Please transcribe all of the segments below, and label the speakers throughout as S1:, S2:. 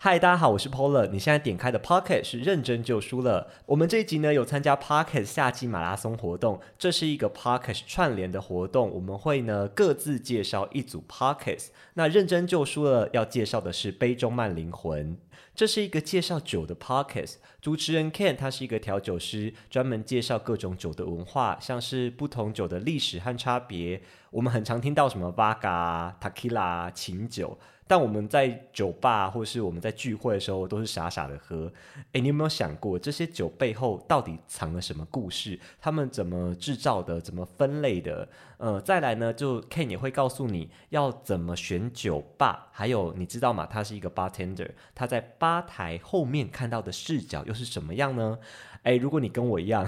S1: 嗨，大家好，我是 Polar。你现在点开的 Pocket 是认真就输了。我们这一集呢有参加 Pocket 夏季马拉松活动，这是一个 Pocket 串联的活动，我们会呢各自介绍一组 Pockets。那认真就输了要介绍的是杯中慢灵魂，这是一个介绍酒的 Pockets。主持人 Ken 他是一个调酒师，专门介绍各种酒的文化，像是不同酒的历史和差别。我们很常听到什么 Vaga、Tequila、琴酒，但我们在酒吧或是我们在聚会的时候都是傻傻的喝。诶，你有没有想过这些酒背后到底藏了什么故事？他们怎么制造的？怎么分类的？呃，再来呢，就 Ken 也会告诉你要怎么选酒吧，还有你知道吗？他是一个 bartender，他在吧台后面看到的视角又是什么样呢？诶，如果你跟我一样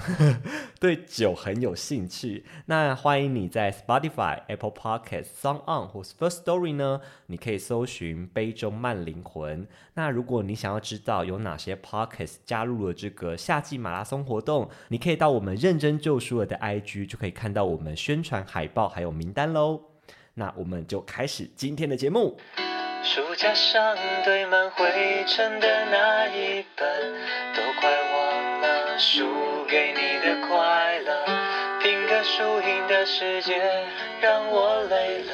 S1: 对酒很有兴趣，那欢迎你在 Spotify、Apple Podcast、Sound On 或是 First Story 呢，你可以搜寻“杯中慢灵魂”。那如果你想要知道有哪些 Podcast 加入了这个夏季马拉松活动，你可以到我们认真救赎了的 IG 就可以看到我们宣传海报还有名单喽。那我们就开始今天的节目。
S2: 书架上堆满灰尘的那一本，都快忘了输给你的快乐。拼个输赢的世界让我累了，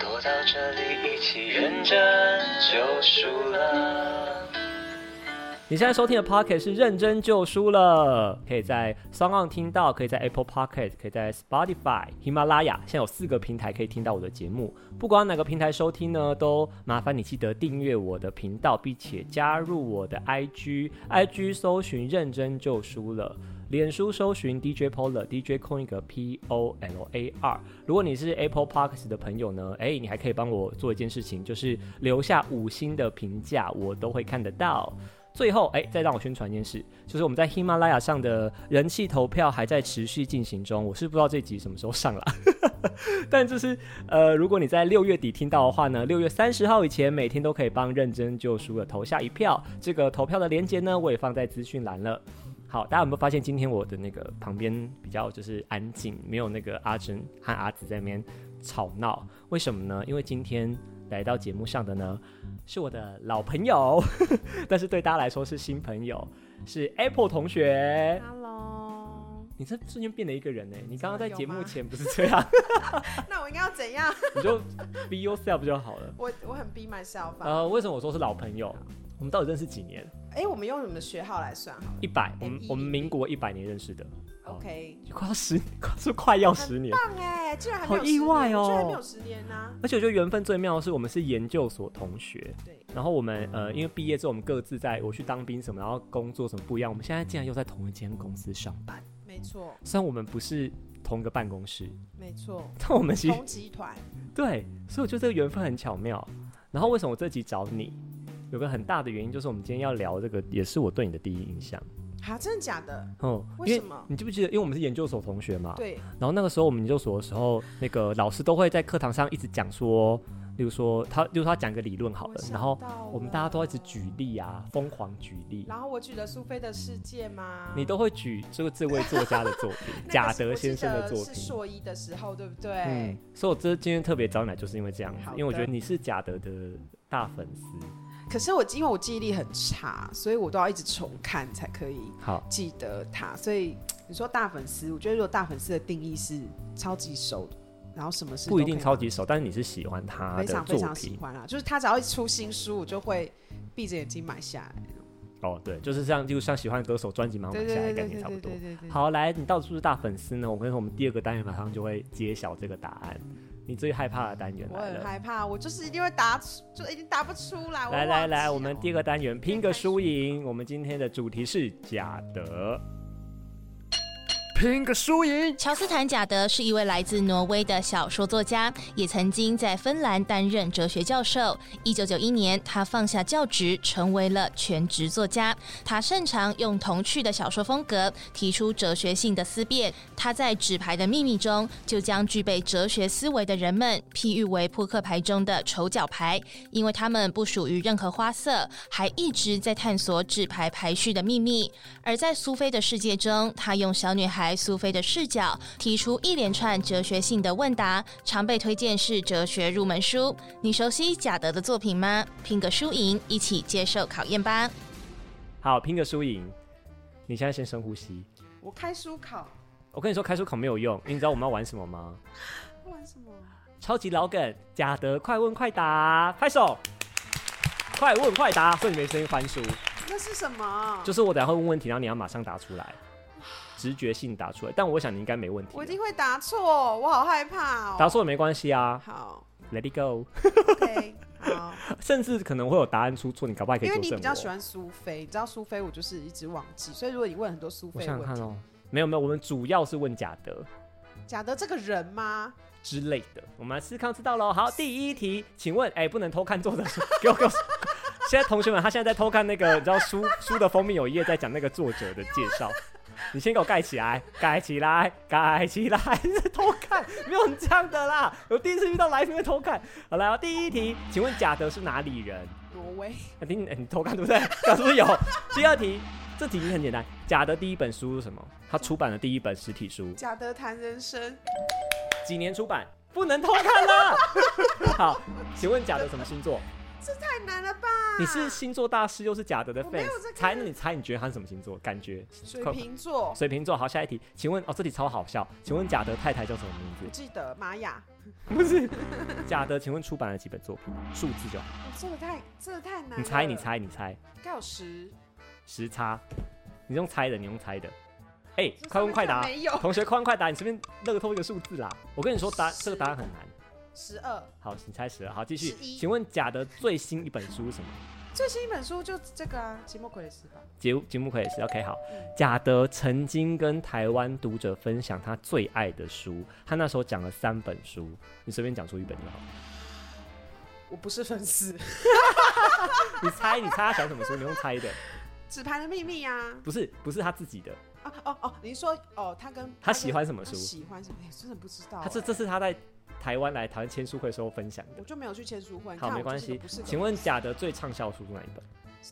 S2: 躲到这里一起认真就输了。
S1: 你现在收听的 Pocket 是认真就输了，可以在 s o n g On 听到，可以在 Apple Pocket，可以在 Spotify、喜马拉雅，现在有四个平台可以听到我的节目。不管哪个平台收听呢，都麻烦你记得订阅我的频道，并且加入我的 IG，IG 搜寻认真就输了。脸书搜寻 DJ Polar DJ 空一个 P O L A R。如果你是 Apple Parks 的朋友呢，哎，你还可以帮我做一件事情，就是留下五星的评价，我都会看得到。最后，哎，再让我宣传一件事，就是我们在喜马拉雅上的人气投票还在持续进行中，我是不知道这集什么时候上啦。 但就是呃，如果你在六月底听到的话呢，六月三十号以前每天都可以帮认真救赎的投下一票。这个投票的链接呢，我也放在资讯栏了。好，大家有没有发现今天我的那个旁边比较就是安静，没有那个阿珍和阿紫在那边吵闹？为什么呢？因为今天来到节目上的呢是我的老朋友， 但是对大家来说是新朋友，是 Apple 同学。
S3: 啊 Hello，
S1: 你这瞬间变了一个人呢、你刚刚在节
S3: 有
S1: 目
S3: 吗
S1: 前不是这样，
S3: 那我应该要怎样？
S1: 你就 be yourself 就好了。
S3: 我我很 be myself 啊。
S1: 呃，为什么我说是老朋友？我们到底认识几年？
S3: 哎、我们用什么学号来算好了
S1: 一百，我们
S3: 哎一
S1: 我们民国一百年认识的，好
S3: ？OK，
S1: 快要十， 快是快要十年。
S3: 棒哎，竟然还没有
S1: 好意外哦
S3: 10年我居然还没有十年啊呢、
S1: 而且我觉得缘分最妙的是，我们是研究所同学，
S3: 对，
S1: 然后我们呃，因为毕业之后我们各自在我去当兵什么，然后工作什么不一样，我们现在竟然又在同一间公司上班。
S3: 没错，
S1: 虽然我们不是同一个办公室，
S3: 没错，
S1: 但我们其实
S3: 同集团。
S1: 对，所以我觉得这个缘分很巧妙。然后为什么我这集找你，有个很大的原因就是我们今天要聊这个，也是我对你的第一印象。
S3: 啊，真的假的？
S1: 哦，
S3: 为
S1: 因
S3: 什么
S1: 你记不记得？因为我们是研究所同学嘛，
S3: 对，
S1: 然后那个时候我们研究所的时候，那个老师都会在课堂上一直讲说，例如说他，例如说他讲一个理论好
S3: 我
S1: 了，
S3: 想
S1: 然后
S3: 到了
S1: 我们大家都一直举例啊，疯狂举例，
S3: 然后我举了苏菲的世界嘛，
S1: 你都会举这个这位作家的作品
S3: 那，个
S1: 贾
S3: 是
S1: 德
S3: 我记
S1: 先生的
S3: 得
S1: 作
S3: 是
S1: 品。
S3: 硕一的时候，对不对？
S1: 嗯，所以我这今天特别找你来，就是因为这样子
S3: 好，的
S1: 因为我觉得你是贾德的大粉丝。
S3: 可是我因为我记忆力很差，所以我都要一直重看才可以
S1: 好，
S3: 记得他，所以你说大粉丝，我觉得如果大粉丝的定义是超级熟，然后什么事
S1: 不一定
S3: 都可
S1: 超级熟，但是你是喜欢他
S3: 以非
S1: 的
S3: 常非
S1: 作
S3: 常喜
S1: 品。
S3: 欢啊啦，就是他只要一出新书，我就会闭着眼睛买下来。
S1: 哦，对，就是像就像喜欢歌手专辑马上
S3: 对
S1: 买下
S3: 对
S1: 来概
S3: 对对
S1: 念
S3: 对
S1: 差不
S3: 对
S1: 多。
S3: 对对对。
S1: 好，来，你到底是不是大粉丝呢？我跟你说，我们第二个单元马上就会揭晓这个答案。你最害怕的单元
S3: 我
S1: 来
S3: 很
S1: 了，
S3: 害怕，我就是一定会答出，就一定答不出来。
S1: 来来来，我们第
S3: 第
S1: 二个单元拼个输赢。我们今天的主题是贾德，
S4: 拼个输赢。
S5: 乔斯坦·贾德是一位来自挪威的小说作家，也曾经在芬兰担任哲学教授。一九九一年，他放下教职，成为了全职作家。他擅长用童趣的小说风格提出哲学性的思辨。他在《纸牌的秘密》中，就将具备哲学思维的人们譬喻为扑克牌中的丑角牌，因为他们不属于任何花色，还一直在探索纸牌排序的秘密。而在苏菲的世界中，她用小女孩。才苏菲的视角，提出一连串哲学性的问答，常被推荐是哲学入门书。你熟悉贾德的作品吗？拼个输赢，一起接受考验吧。
S1: 好，拼个输赢。你现在先深呼吸。
S3: 我开书考，
S1: 我跟你说，开书考没有用，因为你知道我们要玩什么吗？
S3: 玩什么？
S1: 超级老梗，贾德快问快答，拍手！快问快答，所以你没声音翻书，
S3: 那是什么？
S1: 就是我等下会问问题，然后你要马上答出 来，直觉性答出来。但我想你应该没问题
S3: 我
S1: 了
S3: 一，定会答错，我好害怕哦。
S1: 答错了没关系啊
S3: 好
S1: ，Let it go。
S3: ，OK，好，
S1: 甚至可能会有答案出错，你搞不好还可以
S3: 因为
S1: 纠
S3: 你
S1: 正
S3: 比较喜
S1: 我。
S3: 欢苏菲，你知道苏菲我就是一直忘记，所以如果你问很多苏
S1: 我
S3: 菲的
S1: 想想
S3: 问
S1: 看
S3: 题，
S1: 哦，没有没有，我们主要是问贾德
S3: 贾德这个人吗？
S1: 之类的。我们来思考知道喽。好，第一题，请问，哎、不能偷看作者书，给我给我。现在同学们，他现在在偷看那个，你知道书书的封面有一页在讲那个作者的介绍。 你先给我盖起来，盖起来，盖起来！是偷看，没有人这样的啦。我第一次遇到来宾会偷看。好来哦，第一题，请问贾德是哪里人？
S3: 挪威，
S1: 肯定、哎你偷看对不 对？刚是不是有？第二题，这题已经很简单。贾的第一本书是什么？他出版的第一本实体书
S3: 贾德谈人生，
S1: 几年出版？不能偷看啦。 好，请问贾德什么星座？
S3: 太难了吧？
S1: 你是星座大师，又是贾德的
S3: 我没有在
S1: fans，
S3: 看
S1: 猜那你猜你觉得他是什么星座？感觉
S3: 水瓶座，
S1: 水瓶座。好，下一题，请问哦，这题超好笑。请问贾德太太叫什么
S3: 我
S1: 名 字？
S3: 记得玛雅，
S1: 不是贾德，请问出版了几本作品？数字就好。
S3: 哦这个太这个太难了。
S1: 你猜，你，猜，你猜，
S3: 应该有十。
S1: 时差。你用猜的，你用猜的。哎、
S3: 这
S1: 快
S3: 上
S1: 问
S3: 面
S1: 快
S3: 看
S1: 答！
S3: 没有
S1: 同学快问快答，你随便乐透一个数字啦。我跟你说答，这个答案很难。
S3: 十二，
S1: 好，你猜十二。好，继续。
S3: 11
S1: 请问贾德最新一本书是什么？
S3: 最新一本书就这个啊，《寂寞鬼的死法
S1: 节节目可以是 OK 好。
S3: 嗯
S1: 贾德曾经跟台湾读者分享他最爱的书，他那时候讲了三本书，你随便讲出一本就 好。》，
S3: 我不是粉丝， 《
S1: 你猜，你猜他想什么书？你用猜的，
S3: 纸牌的秘密》啊，
S1: 不是不是他自己的，
S3: 啊哦哦，你是说哦，他跟
S1: 他
S3: 跟
S1: 喜欢什么书
S3: 他喜欢什么？哎真的不知道欸。
S1: 他这这是他在台湾来台湾签书会的时候分享
S3: 我
S1: 的。
S3: 就没有去签书会，你
S1: 好，
S3: 看
S1: 没
S3: 我
S1: 关
S3: 就是一
S1: 系
S3: 个不是。个
S1: 请问贾德最畅销书是哪一本？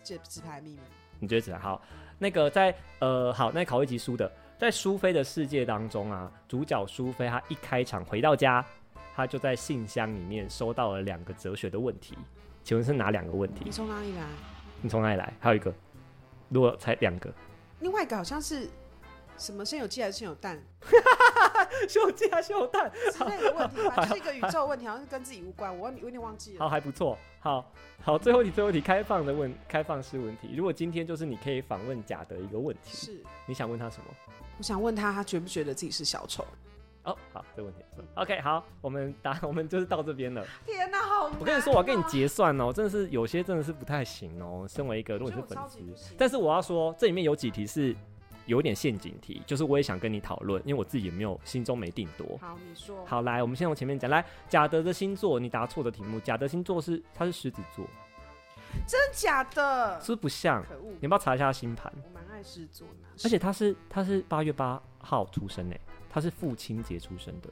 S3: 纸纸牌秘密
S1: 你觉得怎样？好，那个在呃，好，那考一集书的，在苏菲的世界当中啊，主角苏菲她一开场回到家，她就在信箱里面收到了两个哲学的问题，请问是哪两个问题
S3: 你？从哪里来？
S1: 你从哪里来？还有一个，如果才两个，
S3: 另外一个好像是什么先有鸡还是先有 蛋
S1: 秀鸡还秀蛋，
S3: 之类的问题 吧，就是一个宇宙问题，好像是跟自己无关。我忘我有点忘记
S1: 好，
S3: 了。
S1: 还不错，好好，最后一题，最后一题，开放的问，开放式问题。如果今天就是你可以访问贾的一个问题，
S3: 是，
S1: 你想问他什么？
S3: 我想问他，他觉不觉得自己是小丑？
S1: 哦，好，这个问题不错。OK，好，我们答， 我们就是到这边了。
S3: 天哪，好难哦！
S1: 我跟你说，我要跟你结算哦，真的是有些真的是不太行哦。身为一个，如果你是粉
S3: 我觉得我超级不
S1: 丝
S3: 行，
S1: 但是我要说，这里面有几题是有点陷阱题，就是我也想跟你讨论，因为我自己也没有心中没定夺。
S3: 好，你说。
S1: 好，来，我们先从前面讲。来，贾德的星座，你答错的题目，贾德星座是他是狮子座，
S3: 真假的
S1: 是？不是不像？
S3: 可恶
S1: 你！要不要查一下星盘？
S3: 我蛮爱狮子座的，
S1: 而且他是他是八月八号出生诶，他是父亲节出生的，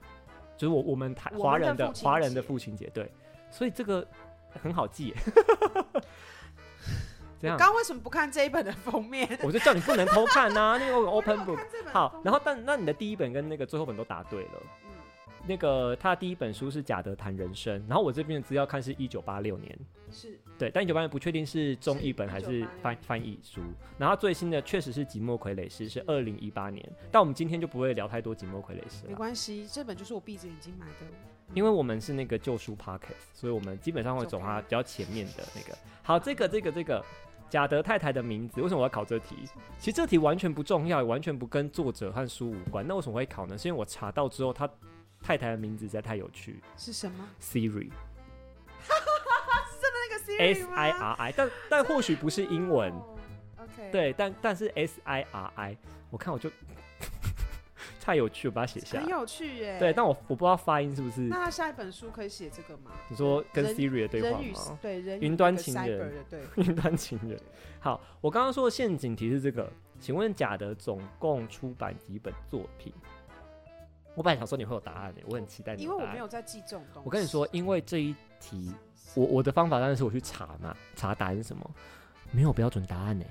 S1: 就是我我们台
S3: 我们
S1: 华人
S3: 的
S1: 的
S3: 父亲
S1: 华人
S3: 节
S1: 的父亲节，对，所以这个很好记耶。欸 这样
S3: 刚，刚为什么不看这一本的封面？
S1: 我就叫你不能偷看呐、那个 open
S3: 我
S1: book
S3: 看。这本的
S1: 好
S3: 封，面
S1: 然后但那你的第一本跟那个最后本都答对了。
S3: 嗯
S1: 那个他的第一本书是《贾德谈人生》，然后我这边的资料看是一九八六年，
S3: 是
S1: 对，啊但一九八六不确定是中译本还是
S3: 1986
S1: 翻翻译书。然后最新的确实是《寂寞傀儡师》，是二零一八年，但我们今天就不会聊太多《寂寞傀儡师
S3: 没》
S1: 了，
S3: 关系，这本就是我闭着眼睛买的。
S1: 因为我们是那个旧书 podcast，所以我们基本上会走它比较前面的那个。好，这个这个这个。贾德太太的名字，为什么我要考这题？其实这题完全不重要，也完全不跟作者和书无关。那为什么会考呢？是因为我查到之后，他太太的名字实在太有趣
S3: 是什么？
S1: ，Siri。
S3: 那个
S1: S
S3: Siri
S1: I
S3: 吗
S1: R E I，但但或许不是英文，
S3: 哦 OK，，
S1: 对，但但是 S I R I，我看我就 太有趣，我把它写下
S3: 很
S1: 来。
S3: 有趣耶。
S1: 对，但我我不知道发音是不是
S3: 那他下一本书可以写这个吗？
S1: 你说跟
S3: 人
S1: Siri 的对话
S3: 人与
S1: 吗？
S3: 对人与
S1: 云端
S3: 那个
S1: 情人
S3: cyber 的对话，
S1: 云端情人。好，我刚刚说的陷阱题是这个，请问贾德总共出版几本作品？我本来想说你会有答案的，欸我很期待你
S3: 因
S1: 的
S3: 为
S1: 答
S3: 我
S1: 案
S3: 没有在记这种东西。
S1: 我跟你说，，因为这一题，我我的方法当然是我去查嘛，查答案是什么，没有标准答案呢、欸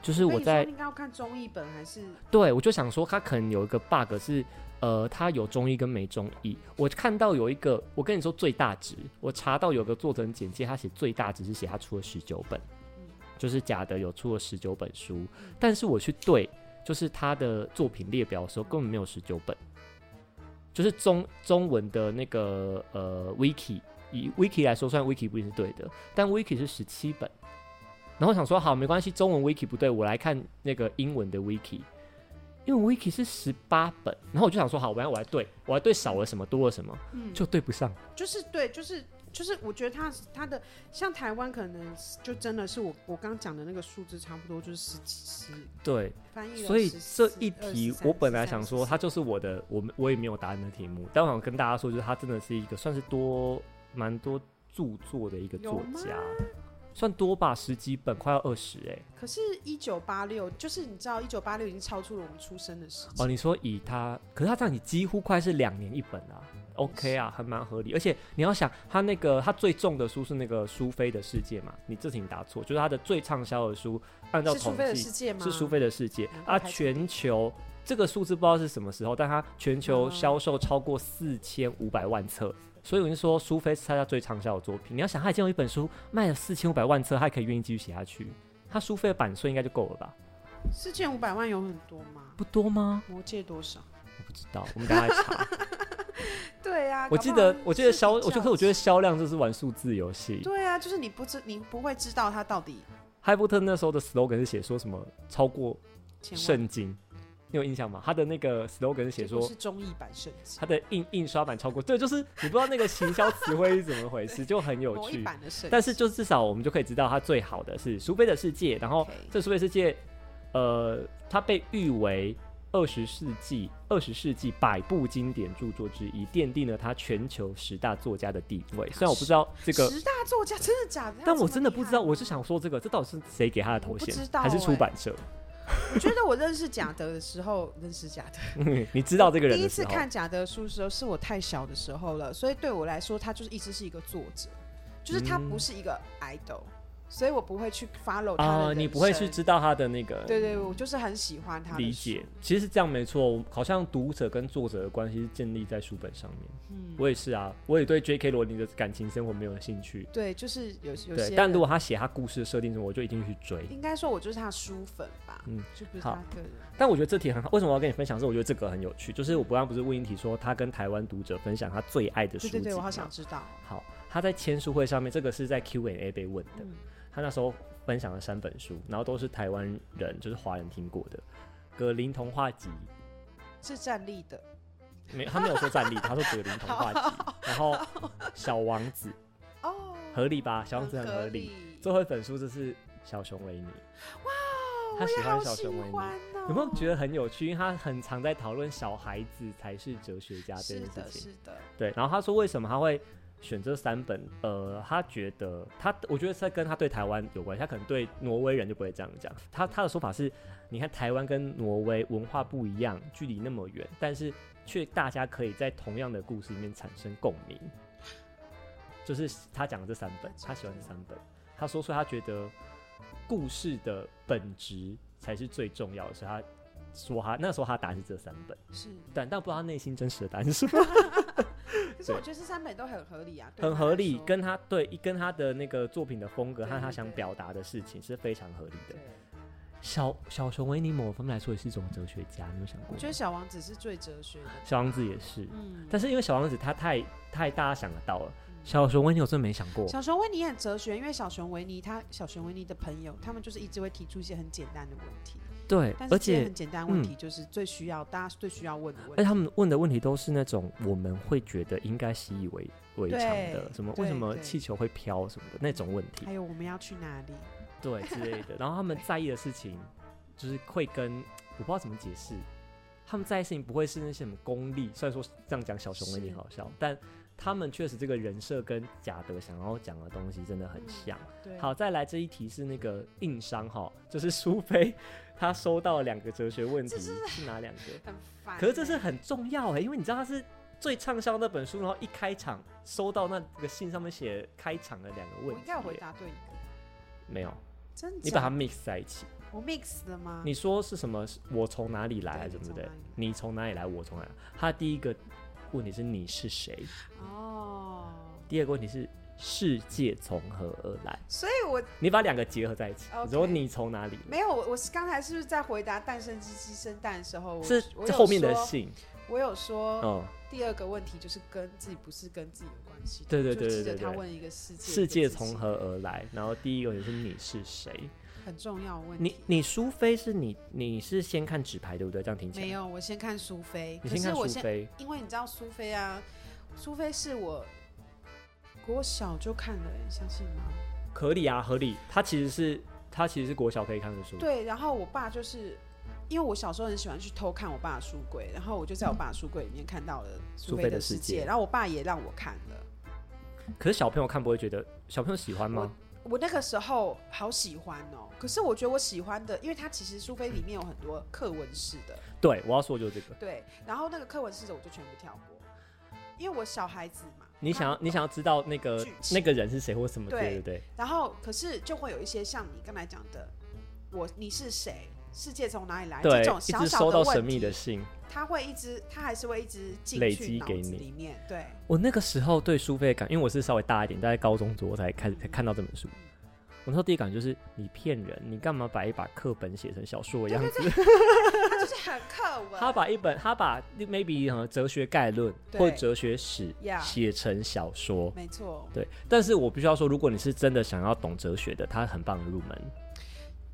S1: 就是
S3: 那
S1: 我
S3: 你
S1: 在
S3: 说应该要看中译本还是
S1: 对，我就想说他可能有一个 bug 是，呃，他有中医跟没中医。我看到有一个，我跟你说最大值，我查到有个作者简介，他写最大值是写他出了十九本，就是假的有出了十九本书，但是我去对就是他的作品列表的时候根本没有十九本，就是中中文的那个呃 wiki。以 wiki 来说，虽然 wiki 不一定是对的，但 wiki 是十七本。然后我想说，好，没关系，中文 wiki 不对，我来看那个英文的 wiki。因为 Wiki 是十八本，然后我就想说，好，我要我来对，我来对少了什么，多了什么，
S3: 嗯，
S1: 就对不上。
S3: 就是对，就是就是，我觉得他他的像台湾可能就真的是我我刚刚讲的那个数字差不多就是十几十
S1: 对，
S3: 翻译了
S1: 所以这
S3: 14
S1: 一题我本来想说，它就是我的，我们我也没有答案的题目，但我想跟大家说，就是它真的是一个算是多蛮多著作的一个作家
S3: 有，
S1: 算多吧，十几本，快要二十哎。
S3: 可是，一九八六就是你知道，一九八六已经超出了我们出生的时
S1: 哦，
S3: 间。
S1: 你说以他，可是他这样你几乎快是两年一本啊，OK 啊，还蛮合理。而且你要想，他那个他最重的书是那个苏菲的世界嘛，你这题你答错，就是他的最畅销的书，按照
S3: 是苏
S1: 统
S3: 菲的世
S1: 计
S3: 界吗？嗯
S1: 是苏菲的世界
S3: 难怪
S1: 啊，
S3: 还
S1: 全球这个数字不知道是什么时候，但它全球销售超过四千五百万册。所以我就说，苏菲是他家最畅销的作品。你要想，他已经有一本书卖了四千五百万册，他还可以愿意继续写下去，他苏菲的版税应该就够了吧？
S3: 四千五百万有很多吗？
S1: 不多吗？
S3: 魔界多少？
S1: 我不知道，我们等一下来查。
S3: 对啊，
S1: 我
S3: 搞
S1: 记
S3: 不
S1: 得
S3: 好，
S1: 我记得
S3: 是比
S1: 销，我
S3: 较
S1: 就可我觉得销量就是玩数字游戏。
S3: 对啊，就是你不知你不会知道他到底
S1: 哈利波特那时候的 slogan 是写说什么超过
S3: 前万
S1: 圣经，你有印象吗？他的那个 slogan 是写
S3: 结果
S1: 说
S3: 是中译版圣经
S1: 他，的印印刷版超过，对，就是你不知道那个行销词汇是怎么回 事，就很有
S3: 某一
S1: 趣。
S3: 版的圣经，
S1: 但是就至少我们就可以知道，它最好的是苏菲的世界。然后
S3: OK
S1: 这苏菲世界，呃，它被誉为二十世纪二十世纪百部经典著作之一，奠定了它全球十大作家的地位。虽然我不知道这个
S3: 十大作家真的假的？
S1: 但
S3: 他
S1: 我
S3: 这么
S1: 真的
S3: 厉
S1: 不知
S3: 害
S1: 道，我是想说这个，这到底是谁给他的头
S3: 我不
S1: 衔
S3: 知，道
S1: 还是出
S3: 欸
S1: 版社？
S3: 我觉得我认识贾德的时候，认识贾德。
S1: 嗯你知道这个人
S3: 第一
S1: 的时
S3: 次
S1: 候，
S3: 看贾德的书的时候，是我太小的时候了，所以对我来说，他就是一直是一个作者，就是他
S1: 嗯
S3: 不是一个 idol，、所以我不会去 follow 他的、
S1: 啊，你不会去？知道他的那个
S3: 对对，我就是很喜欢他的
S1: 理
S3: 书
S1: 解。其实这样没错，好像读者跟作者的关系是建立在书本上面。
S3: 嗯
S1: 我也是啊，我也对 J.K. 罗琳的感情生活没有兴趣。
S3: 对，就是有有些
S1: 对
S3: 人，，
S1: 但如果他写他故事的设定什么，我就一定去追。
S3: 应该说我就是他的书粉吧，
S1: 嗯
S3: 就不是
S1: 好
S3: 他个人。
S1: 但我觉得这题很好，为什么我要跟你分享？是我觉得这个很有趣，就是我刚刚不是问一题说他跟台湾读者分享他最爱的书
S3: 对
S1: 籍吗？
S3: 对对，我好想知道。
S1: 好，他在签书会上面，这个是在 Q&A 被问的，
S3: 嗯
S1: 他那时候分享了三本书，然后都是台湾人，就是华人听过的。格林童话集
S3: 是站立的，
S1: 没，他没有说站立，他说格林童话 集，然后小王子
S3: 哦，
S1: 合理吧？小王子
S3: 很
S1: 很
S3: 合
S1: 合
S3: 理
S1: 理。。最后一本书就是小熊维尼，
S3: 哇，
S1: 他
S3: 我也
S1: 喜欢
S3: 好
S1: 小熊维尼
S3: 喜欢哦。
S1: 有没有觉得很有趣？因为他很常在讨论小孩子才是哲学家啊这
S3: 是
S1: 件事
S3: 的，
S1: 情。
S3: 是的，
S1: 对，然后他说为什么他会选这三本？呃，他觉得他，我觉得这跟他对台湾有关系，他可能对挪威人就不会这样讲。他他的说法是，你看台湾跟挪威文化不一样，距离那么远，但是却大家可以在同样的故事里面产生共鸣。就是他讲的这三本，他喜欢这三本。他说出他觉得故事的本质才是最重要的，所以他说他那时候他的答案是这三本，
S3: 是。
S1: 但但不知道他内心真实的答案是什么。
S3: 可是
S1: 对
S3: 我觉得这三本都很合理啊，对
S1: 很
S3: 他
S1: 合
S3: 来
S1: 理
S3: 说，
S1: 跟他对跟他的那个作品的风格
S3: 对
S1: 和他
S3: 对
S1: 想
S3: 对
S1: 表达的事情是非常合理的
S3: 对。，
S1: 小小熊维尼某方面来说也是一种哲学家，你有想过
S3: 我
S1: 吗
S3: 觉？得小王子是最哲学的，
S1: 小王子也是，
S3: 嗯，
S1: 但是因为小王子他太太大家想得到了，小熊维尼我真没想过。
S3: 小熊维尼也很哲学，因为小熊维尼他小熊维尼的朋友，他们就是一直会提出一些很简单的问题，
S1: 对
S3: 但，是
S1: 而
S3: 这些
S1: 且嗯
S3: 很简单的问题就是最需要、大家最需要问的问
S1: 而
S3: 题。
S1: 且他们问的问题都是那种我们会觉得应该习以为为常的，
S3: 对
S1: 什么
S3: 对
S1: 为什么
S3: 对
S1: 气球会飘什么的那种问题
S3: 还，有我们要去哪里？
S1: 对之类的。然后他们在意的事情，就是会跟我不知道怎么解释，他们在意的事情不会是那些什么功利。虽然说这样讲小熊维尼
S3: 是
S1: 好笑，但他们确实这个人设跟贾德想要讲的东西真的很像。
S3: 嗯对，
S1: 好，再来这一题是那个硬伤哈，就是苏菲她收到两个哲学问题是哪两个？
S3: 很烦欸。
S1: 可是这是很重要哎、因为你知道它是最畅销那本书，然后一开场收到那个信上面写开场的两个
S3: 我
S1: 问题、
S3: 应该有回
S1: 欸
S3: 答对一个，
S1: 没有，
S3: 真
S1: 你把它
S3: 假？
S1: mix 在一起，
S3: 我 mix 了吗？
S1: 你说是什么？是我从哪里来，
S3: 对
S1: 对不对？
S3: 你
S1: 你从哪里来？我从哪里来？他第一个问题是你是谁，
S3: 哦，
S1: 第二个问题是世界从何而来？
S3: 所以我
S1: 你把两个结合在一起，
S3: OK
S1: 你说你从哪里来？
S3: 没有，我我是刚才是不是在回答诞生鸡鸡生蛋的时候，我
S1: 是
S3: 我
S1: 这
S3: 有
S1: 后面的
S3: 说哦
S1: 信，
S3: 我有说，
S1: 嗯，
S3: 第二个问题就是跟自己不是跟自己有关系的，
S1: 对对
S3: 就
S1: 对对
S3: 记得
S1: 对
S3: 他
S1: 对
S3: 问一个世界，
S1: 世界
S3: 一个自己
S1: 从何而来？然后第一个问题是你是谁？
S3: 很重要的问
S1: 你
S3: 题。
S1: 你苏菲是你你是先看纸牌对不对？这样听起来
S3: 没，有，我先看苏菲，
S1: 你
S3: 可
S1: 先
S3: 是
S1: 看
S3: 我
S1: 苏
S3: 先，
S1: 菲，
S3: 因为你知道苏菲啊，苏菲是我国小就看了，你相信吗？
S1: 合理啊，合理。它其实是它其实是国小可以看的书，
S3: 对，然后我爸就是。因为我小时候很喜欢去偷看我爸的书柜，然后我就在我爸的书柜里面看到了苏
S1: 苏
S3: 菲
S1: 菲
S3: 的
S1: 的世
S3: 世
S1: 界
S3: 界，然后我爸也让我看了。
S1: 可是小朋友看不会觉得小朋友喜欢吗？
S3: 我那个时候好喜欢哦，可是我觉得我喜欢的，因为它其实苏菲里面有很多课文式的，
S1: 对，我要说就是这个。
S3: 对，然后那个课文式的我就全部跳过，因为我小孩子嘛。
S1: 你想要你想要知道那个
S3: 剧情
S1: 那个人是谁或什么之类的，对
S3: 对
S1: 不对？
S3: 然后可是就会有一些像你刚才讲的，我你是谁，世界从哪里来哎这
S1: 对
S3: 种，
S1: 一
S3: 小
S1: 直
S3: 小
S1: 收到
S3: 的
S1: 神
S3: 问
S1: 秘
S3: 题，
S1: 的信。
S3: 他会一直，他还是会一直进
S1: 累积
S3: 去脑
S1: 给
S3: 子
S1: 你
S3: 里面。对，
S1: 我那个时候对苏菲的感，因为我是稍微大一点，大概高中左右才开始才看到这本书。我那时候第一感觉就是你骗人，你干嘛把一把课本写成小说的样子？
S3: 他就是很课文。
S1: 他把一本，他把 maybe 呃哲学概论
S3: 对
S1: 或者哲学史
S3: Yeah
S1: 写成小说。
S3: 没错，
S1: 对，但是我必须要说，如果你是真的想要懂哲学的，它很棒的入门，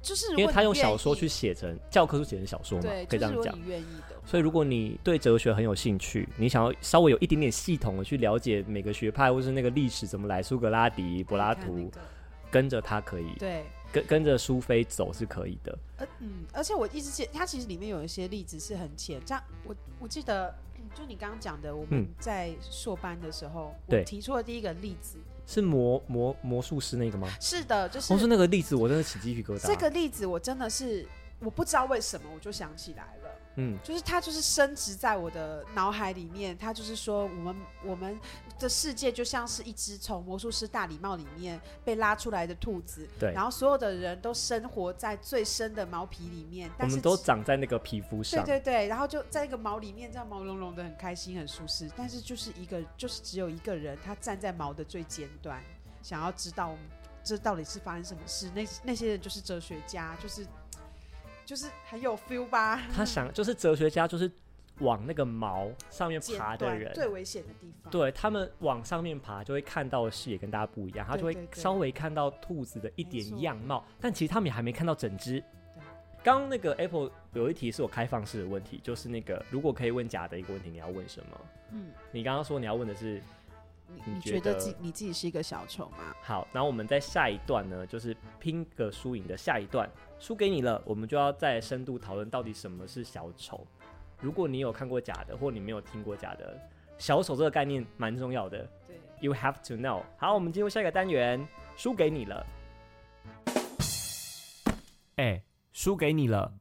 S3: 就是如
S1: 因为
S3: 果
S1: 它
S3: 你
S1: 用
S3: 愿
S1: 小说
S3: 意
S1: 去写成教科书写成小说嘛，
S3: 对，
S1: 可以这样
S3: 就是如果
S1: 讲
S3: 你。愿意的话，
S1: 所以，如果你对哲学很有兴趣，你想要稍微有一点点系统的去了解每个学派或是那个历史怎么来，苏格拉底、柏拉
S3: 你看那
S1: 图，
S3: 个
S1: 跟着他可以，
S3: 对。
S1: 跟跟着苏菲走是可以的。
S3: 呃嗯，而且我一直记，它其实里面有一些例子是很浅，像我我记得，嗯就你刚刚讲的，我们
S1: 嗯
S3: 在硕班的时候，
S1: 对
S3: 我提出的第一个例子，
S1: 是魔魔魔术师那个吗？
S3: 是的，就是
S1: 魔术那个例子，我真的起鸡皮疙瘩。
S3: 这个例子，我真的啊是我不知道为什么我就想起来了。
S1: 嗯，
S3: 就是它就是升值在我的脑海里面，它就是说我们我们的世界就像是一只从魔术师大礼帽里面被拉出来的兔子，
S1: 对
S3: 然后所有的人都生活在最深的毛皮里面，
S1: 我
S3: 但是
S1: 们都
S3: 只
S1: 长在那个皮肤
S3: 对
S1: 上，
S3: 对对，然后就在一个毛里面，这样毛茸茸的，很开心，很舒适。但是就是一个，就是只有一个人，他站在毛的最尖端，想要知道我们这到底是发生什么事。那那些人就是哲学家，就是就是很有 feel 吧，
S1: 他想就是哲学家，就是往那个毛上面
S3: 尖
S1: 爬的
S3: 端
S1: 人，
S3: 最危险的地方。
S1: 对他们往上面爬，就会看到的视野跟大家不一样，他就会
S3: 对对对
S1: 稍微看到兔子的一
S3: 没
S1: 点
S3: 错
S1: 样貌，但其实他们也还没看到整只。刚刚那个 Apple 有一题是我开放式的问题，就是那个如果可以问假的一个问题，你要问什么？
S3: 嗯，
S1: 你刚刚说你要问的是
S3: 你
S1: 你
S3: 你
S1: 觉
S3: 觉得
S1: 得
S3: 自你自己是一个小丑吗？
S1: 好，然后我们在下一段呢，就是拼个输赢的下一段，输给你了，我们就要再深度讨论到底什么是小丑。如果你有看过假的，或你没有听过假的，小丑这个概念蛮重要的。
S3: 对，
S1: You have to know。好，我们进入下一个单元，输给你了。哎、输给你了，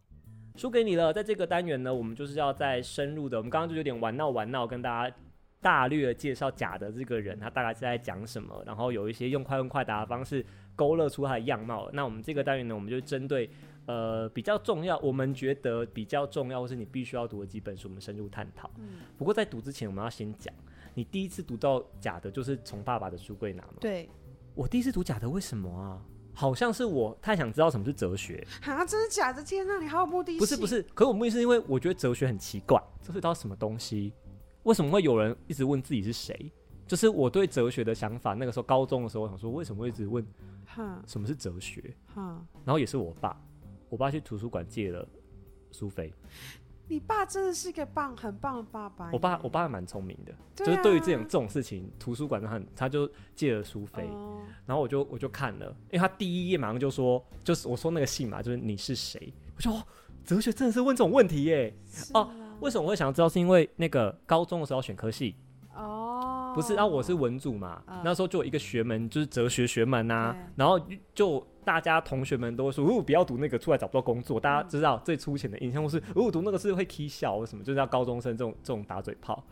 S1: 输给你了。在这个单元呢，我们就是要再深入的，我们刚刚就有点玩闹玩闹，跟大家大略介绍假的这个人，他大概是在讲什么，然后有一些用快问快答的方式勾勒出他的样貌。那我们这个单元呢，我们就针对。呃，比较重要，我们觉得比较重要，或是你必须要读的几本书，我们深入探讨。
S3: 嗯，
S1: 不过在读之前，我们要先讲，你第一次读到假的，就是从爸爸的书柜拿嘛。
S3: 对，
S1: 我第一次读假的，为什么啊？好像是我太想知道什么是哲学，
S3: 啊，真的假的？天哪，你好有目的性。
S1: 不是不，是。可是我目的是因为我觉得哲学很奇怪，哲学到底什么东西？为什么会有人一直问自己是谁？就是我对哲学的想法，那个时候高中的时候，我想说为什么会一直问
S3: 哈
S1: 什么是哲学？
S3: 哈，
S1: 然后也是我爸，我爸去图书馆借了苏菲。
S3: 你爸真的是一个棒，很棒的爸爸耶。哦
S1: 我爸我爸还蛮聪明的，
S3: 哎对
S1: 就是对于
S3: 啊
S1: 这种这种事情，图书馆他很他就借了苏菲。
S3: 哦
S1: 然后我就我就看了，因为他第一页马上就说，就是我说那个信嘛，就是你是谁，我就、哦、哲学真的是问这种问题耶。
S3: 是
S1: 哦
S3: 啊
S1: 为什么我会想要知道？是因为那个高中的时候要选科系，
S3: 哦，
S1: 不是啊，我是文组嘛，
S3: 嗯
S1: 那时候就有一个学门就是哲学学门呐、
S3: 对
S1: 然后就大家同学们都会说，哦，不要读那个，出来找不到工作。大家
S3: 嗯
S1: 知道最粗浅的印象就是，哦，读那个是会踢笑或什么，就是要高中生这种这种打嘴炮。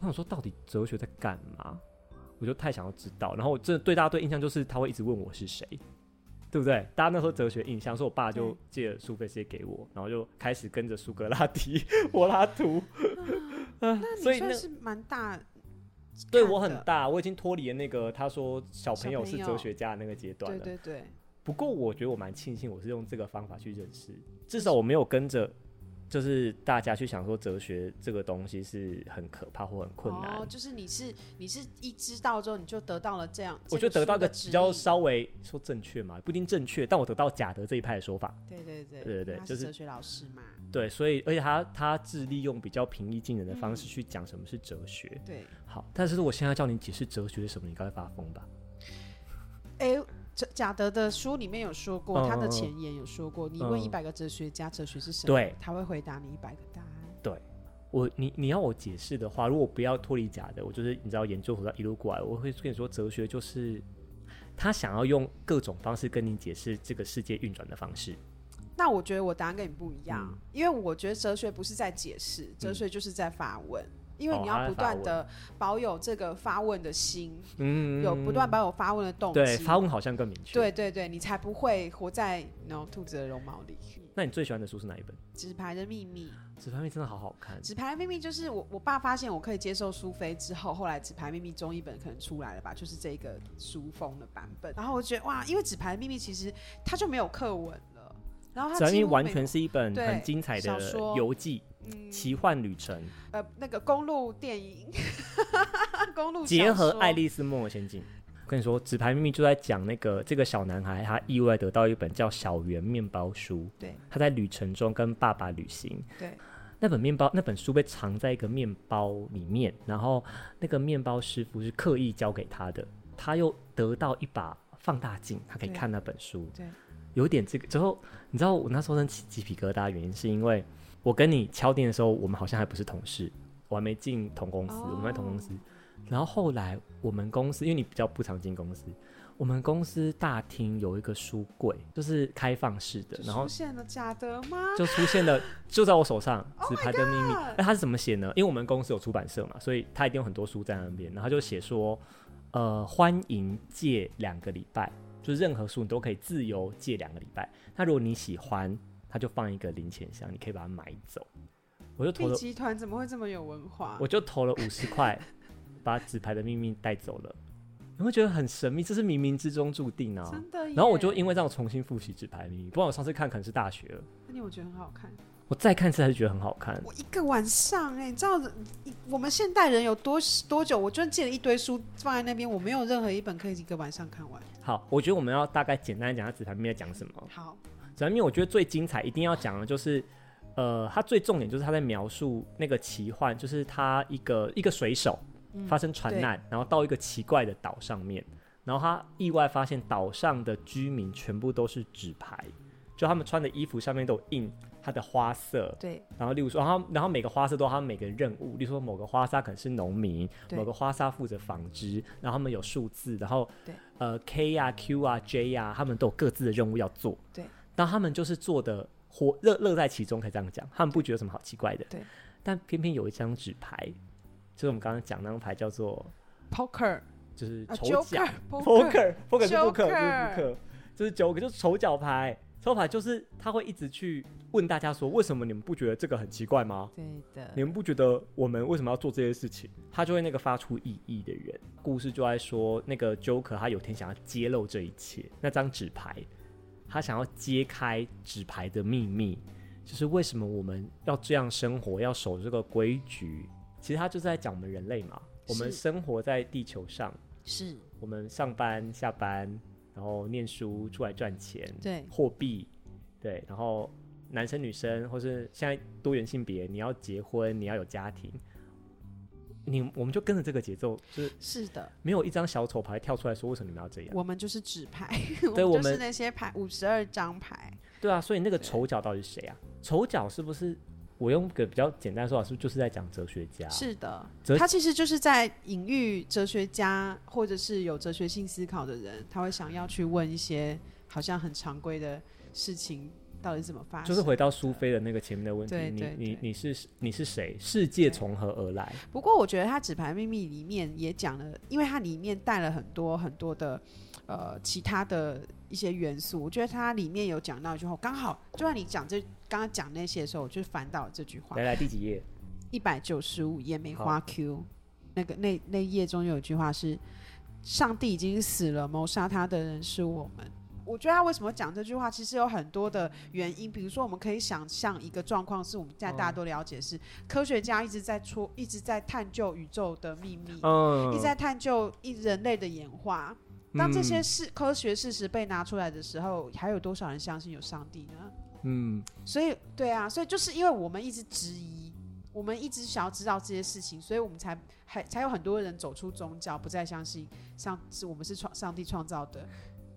S1: 我想说，到底哲学在干嘛？我就太想要知道，然后我真的对大家对印象就是他会一直问我是谁，对不对？大家那时候哲学印象，所以我爸就借了苏菲些给我，然后就开始跟着苏格拉底、 柏拉图，啊
S3: 那
S1: 所
S3: 你
S1: 以那
S3: 算是蛮大，
S1: 对
S3: 看
S1: 我很
S3: 的
S1: 大，我已经脱离了那个他说小朋
S3: 小
S1: 友
S3: 朋
S1: 是哲
S3: 友
S1: 学家的那个阶段
S3: 对
S1: 了。
S3: 对对，
S1: 不过我觉得我蛮庆幸，我是用这个方法去认识，至少我没有跟着，就是大家去想说哲学这个东西是很可怕或很困难。
S3: 哦，就是你是你是一知道之后你就得到了这样，
S1: 我
S3: 这
S1: 就
S3: 个
S1: 得到
S3: 书
S1: 个
S3: 的
S1: 比
S3: 指
S1: 较
S3: 引
S1: 稍微说正确嘛，不一定正确，但我得到贾德这一派的说法。
S3: 对对对
S1: 对对对
S3: 他
S1: 就是
S3: 是哲学老师嘛，
S1: 对，所以而且他他致力用比较平易近人的方
S3: 嗯
S1: 式去讲什么是哲学。
S3: 对，
S1: 好，但是如果现在叫你解释哲学是什么，你该会发疯吧？
S3: 哎。这贾德的书里面有说过，
S1: 嗯
S3: 他的
S1: 嗯嗯
S3: 前言有说过，你问
S1: 嗯
S3: 一百个哲学家哲学是什么，
S1: 对
S3: 他会回答你一百个答案。
S1: 我你你要我解释的话，如果不要脱离假的，我就是你知道研究所到一路过来，我会跟你说，哲学就是他想要用各种方式跟你解释这个世界运转的方式。
S3: 那我觉得我答案跟你不一样，
S1: 嗯
S3: 因为我觉得哲学不是在解释，哲学就是在发问。因为
S1: 哦
S3: 你
S1: 他在
S3: 要不
S1: 发
S3: 断的保有这个发问的心，
S1: 嗯
S3: 有不断保有发问的动机，
S1: 对发问好像更明确。
S3: 对，对对，你才不会活在那种兔子的绒毛里。
S1: 那你最喜欢的书是哪一本？
S3: 纸牌的秘密，
S1: 《纸牌妹》真的好好看。
S3: 纸牌的秘密就是我我爸发现我可以接受苏菲之后，后来纸牌秘密中译本可能出来了吧，就是这个书封的版本。然后我觉得哇，因为纸牌秘密其实它就没有课文了，然后它
S1: 纸牌
S3: 几
S1: 妹
S3: 乎
S1: 完
S3: 没有
S1: 全是一本
S3: 对
S1: 很精彩的
S3: 小说
S1: 游记、
S3: 嗯
S1: 奇幻旅程，
S3: 呃，那个公路电影，公路
S1: 结
S3: 小
S1: 合《
S3: 说
S1: 爱丽丝梦游仙境》。我跟你说，《纸牌秘密》就在讲那个这个小男孩，他意外得到一本叫《小圆面包书》，
S3: 对
S1: 他在旅程中跟爸爸旅行，
S3: 对
S1: 那本面包那本书被藏在一个面包里面，然后那个面包师傅是刻意交给他的，他又得到一把放大镜，他可以
S3: 对
S1: 看那本书。
S3: 对，
S1: 有点这个之后，你知道我那时候真起鸡皮疙瘩，原因是因为我跟你敲定的时候，我们好像还不是同事，我还没进同公司，
S3: 哦
S1: 我们在同公司。然后后来我们公司，因为你比较不常进公司，我们公司大厅有一个书柜，就是开放式的，
S3: 就
S1: 然后
S3: 出现了假的吗？
S1: 就出现了，就在我手
S3: Oh
S1: 上，《纸牌的秘密》那他是怎么写呢？因为我们公司有出版社嘛，所以他一定有很多书在那边。然后他就写说，呃，欢迎借两个礼拜，就任何书你都可以自由借两个礼拜。那如果你喜欢，他就放一个零钱箱，你可以把它买走。我就投
S3: B
S1: 了，
S3: 集团怎么会这么有文化？
S1: 我就投了五十块， 把《纸牌的秘密》带走了。你会觉得很神秘，这是冥冥之中注定啊！
S3: 真的耶。
S1: 然后我就因为这样重新复习《纸牌的秘密》，不然我上次看可能是大学了。
S3: 那天我觉得很好看，
S1: 我再看一次还是觉得很好看。
S3: 我一个晚上哎、你知道一我们现代人有多多久？我就借了一堆书放在那边，我没有任何一本可以一个晚上看完。
S1: 好，我觉得我们要大概简单地讲下《纸牌秘密》在讲什么。
S3: 好，
S1: 《纸牌秘密》我觉得最精彩一定要讲的就是，呃，它最重点就是它在描述那个奇幻，就是他一个一个水手发生船难，然后到一个奇怪的岛上面，然后他意外发现岛上的居民全部都是纸牌，就他们穿的衣服上面都有印它的花色，
S3: 对
S1: 然后，例如说，然后然后每个花色都有他们每个任务，例如说某个花沙可能是农民，
S3: 对
S1: 某个花沙负责纺织，然后他们有数字，然后
S3: 对
S1: 呃 K 啊、Q 啊、J 啊，他们都有各自的任务要做。
S3: 对，
S1: 但他们就是做的活乐乐在其中，可以这样讲，他们不觉得有什么好奇怪的。
S3: 对，
S1: 但偏偏有一张纸牌，就是我们刚刚讲那张牌叫做
S3: ，Poker
S1: 就是
S3: 啊
S1: 丑角、
S3: ，Joker，Poker，
S1: poker poker 是
S3: Joker
S1: poker 就是 poker，就是 joker 就是丑角牌，丑角牌就是他会一直去问大家说，为什么你们不觉得这个很奇怪吗？
S3: 对的
S1: 你，们不觉得我们为什么要做这些事情？他就会那个发出异议的人。故事就在说，那个 Joker 他有天想要揭露这一切，那张纸牌，他想要揭开纸牌的秘密，就是为什么我们要这样生活，要守这个规矩。其实他就是在讲我们人类嘛，我们
S3: 是
S1: 生活在地球上，
S3: 是
S1: 我们上班、下班，然后念书出来赚钱，
S3: 对
S1: 货币，对，然后男生女生，或是现在多元性别，你要结婚，你要有家庭，你我们就跟着这个节奏，就是
S3: 是的，
S1: 没有一张小丑牌跳出来说为什么你们要这样，
S3: 我们就是纸牌，
S1: 对
S3: 我
S1: 我
S3: 们就是
S1: 们
S3: 那些牌，五十二张牌，
S1: 对啊，所以那个
S3: 对
S1: 丑角到底是谁啊？丑角是不是？我用个比较简单的说法，是不是就是在讲哲学家？
S3: 是的
S1: 哲，
S3: 他其实就是在隐喻哲学家或者是有哲学性思考的人，他会想要去问一些好像很常规的事情，到底是怎么发生？
S1: 就是回到苏菲的那个前面的问题，
S3: 对对
S1: 你你
S3: 对
S1: 你是你是谁？世界从何而来？
S3: 不过我觉得他《纸牌秘密》里面也讲了，因为它里面带了很多很多的呃其他的一些元素，我觉得它里面有讲到一句话，刚好就像你讲这刚刚讲那些的时候，我就翻到这句话
S1: 来，来第几页？
S3: 一百九十五页梅
S1: 好
S3: 花 Q，那个那那页中有一句话是：“上帝已经死了，谋杀他的人是我们。”我觉得他为什么讲这句话，其实有很多的原因。比如说，我们可以想象一个状况，是我们现在
S1: 嗯
S3: 大家都了解是，科学家一直在出，一直在探究宇宙的秘密，
S1: 嗯
S3: 一直在探究一人类的演化。当这
S1: 嗯
S3: 些事、科学事实被拿出来的时候，还有多少人相信有上帝呢？
S1: 嗯，
S3: 所以，对啊，所以就是因为我们一直质疑，我们一直想要知道这些事情，所以我们才还才有很多人走出宗教，不再相信上是我们是创上帝创造的。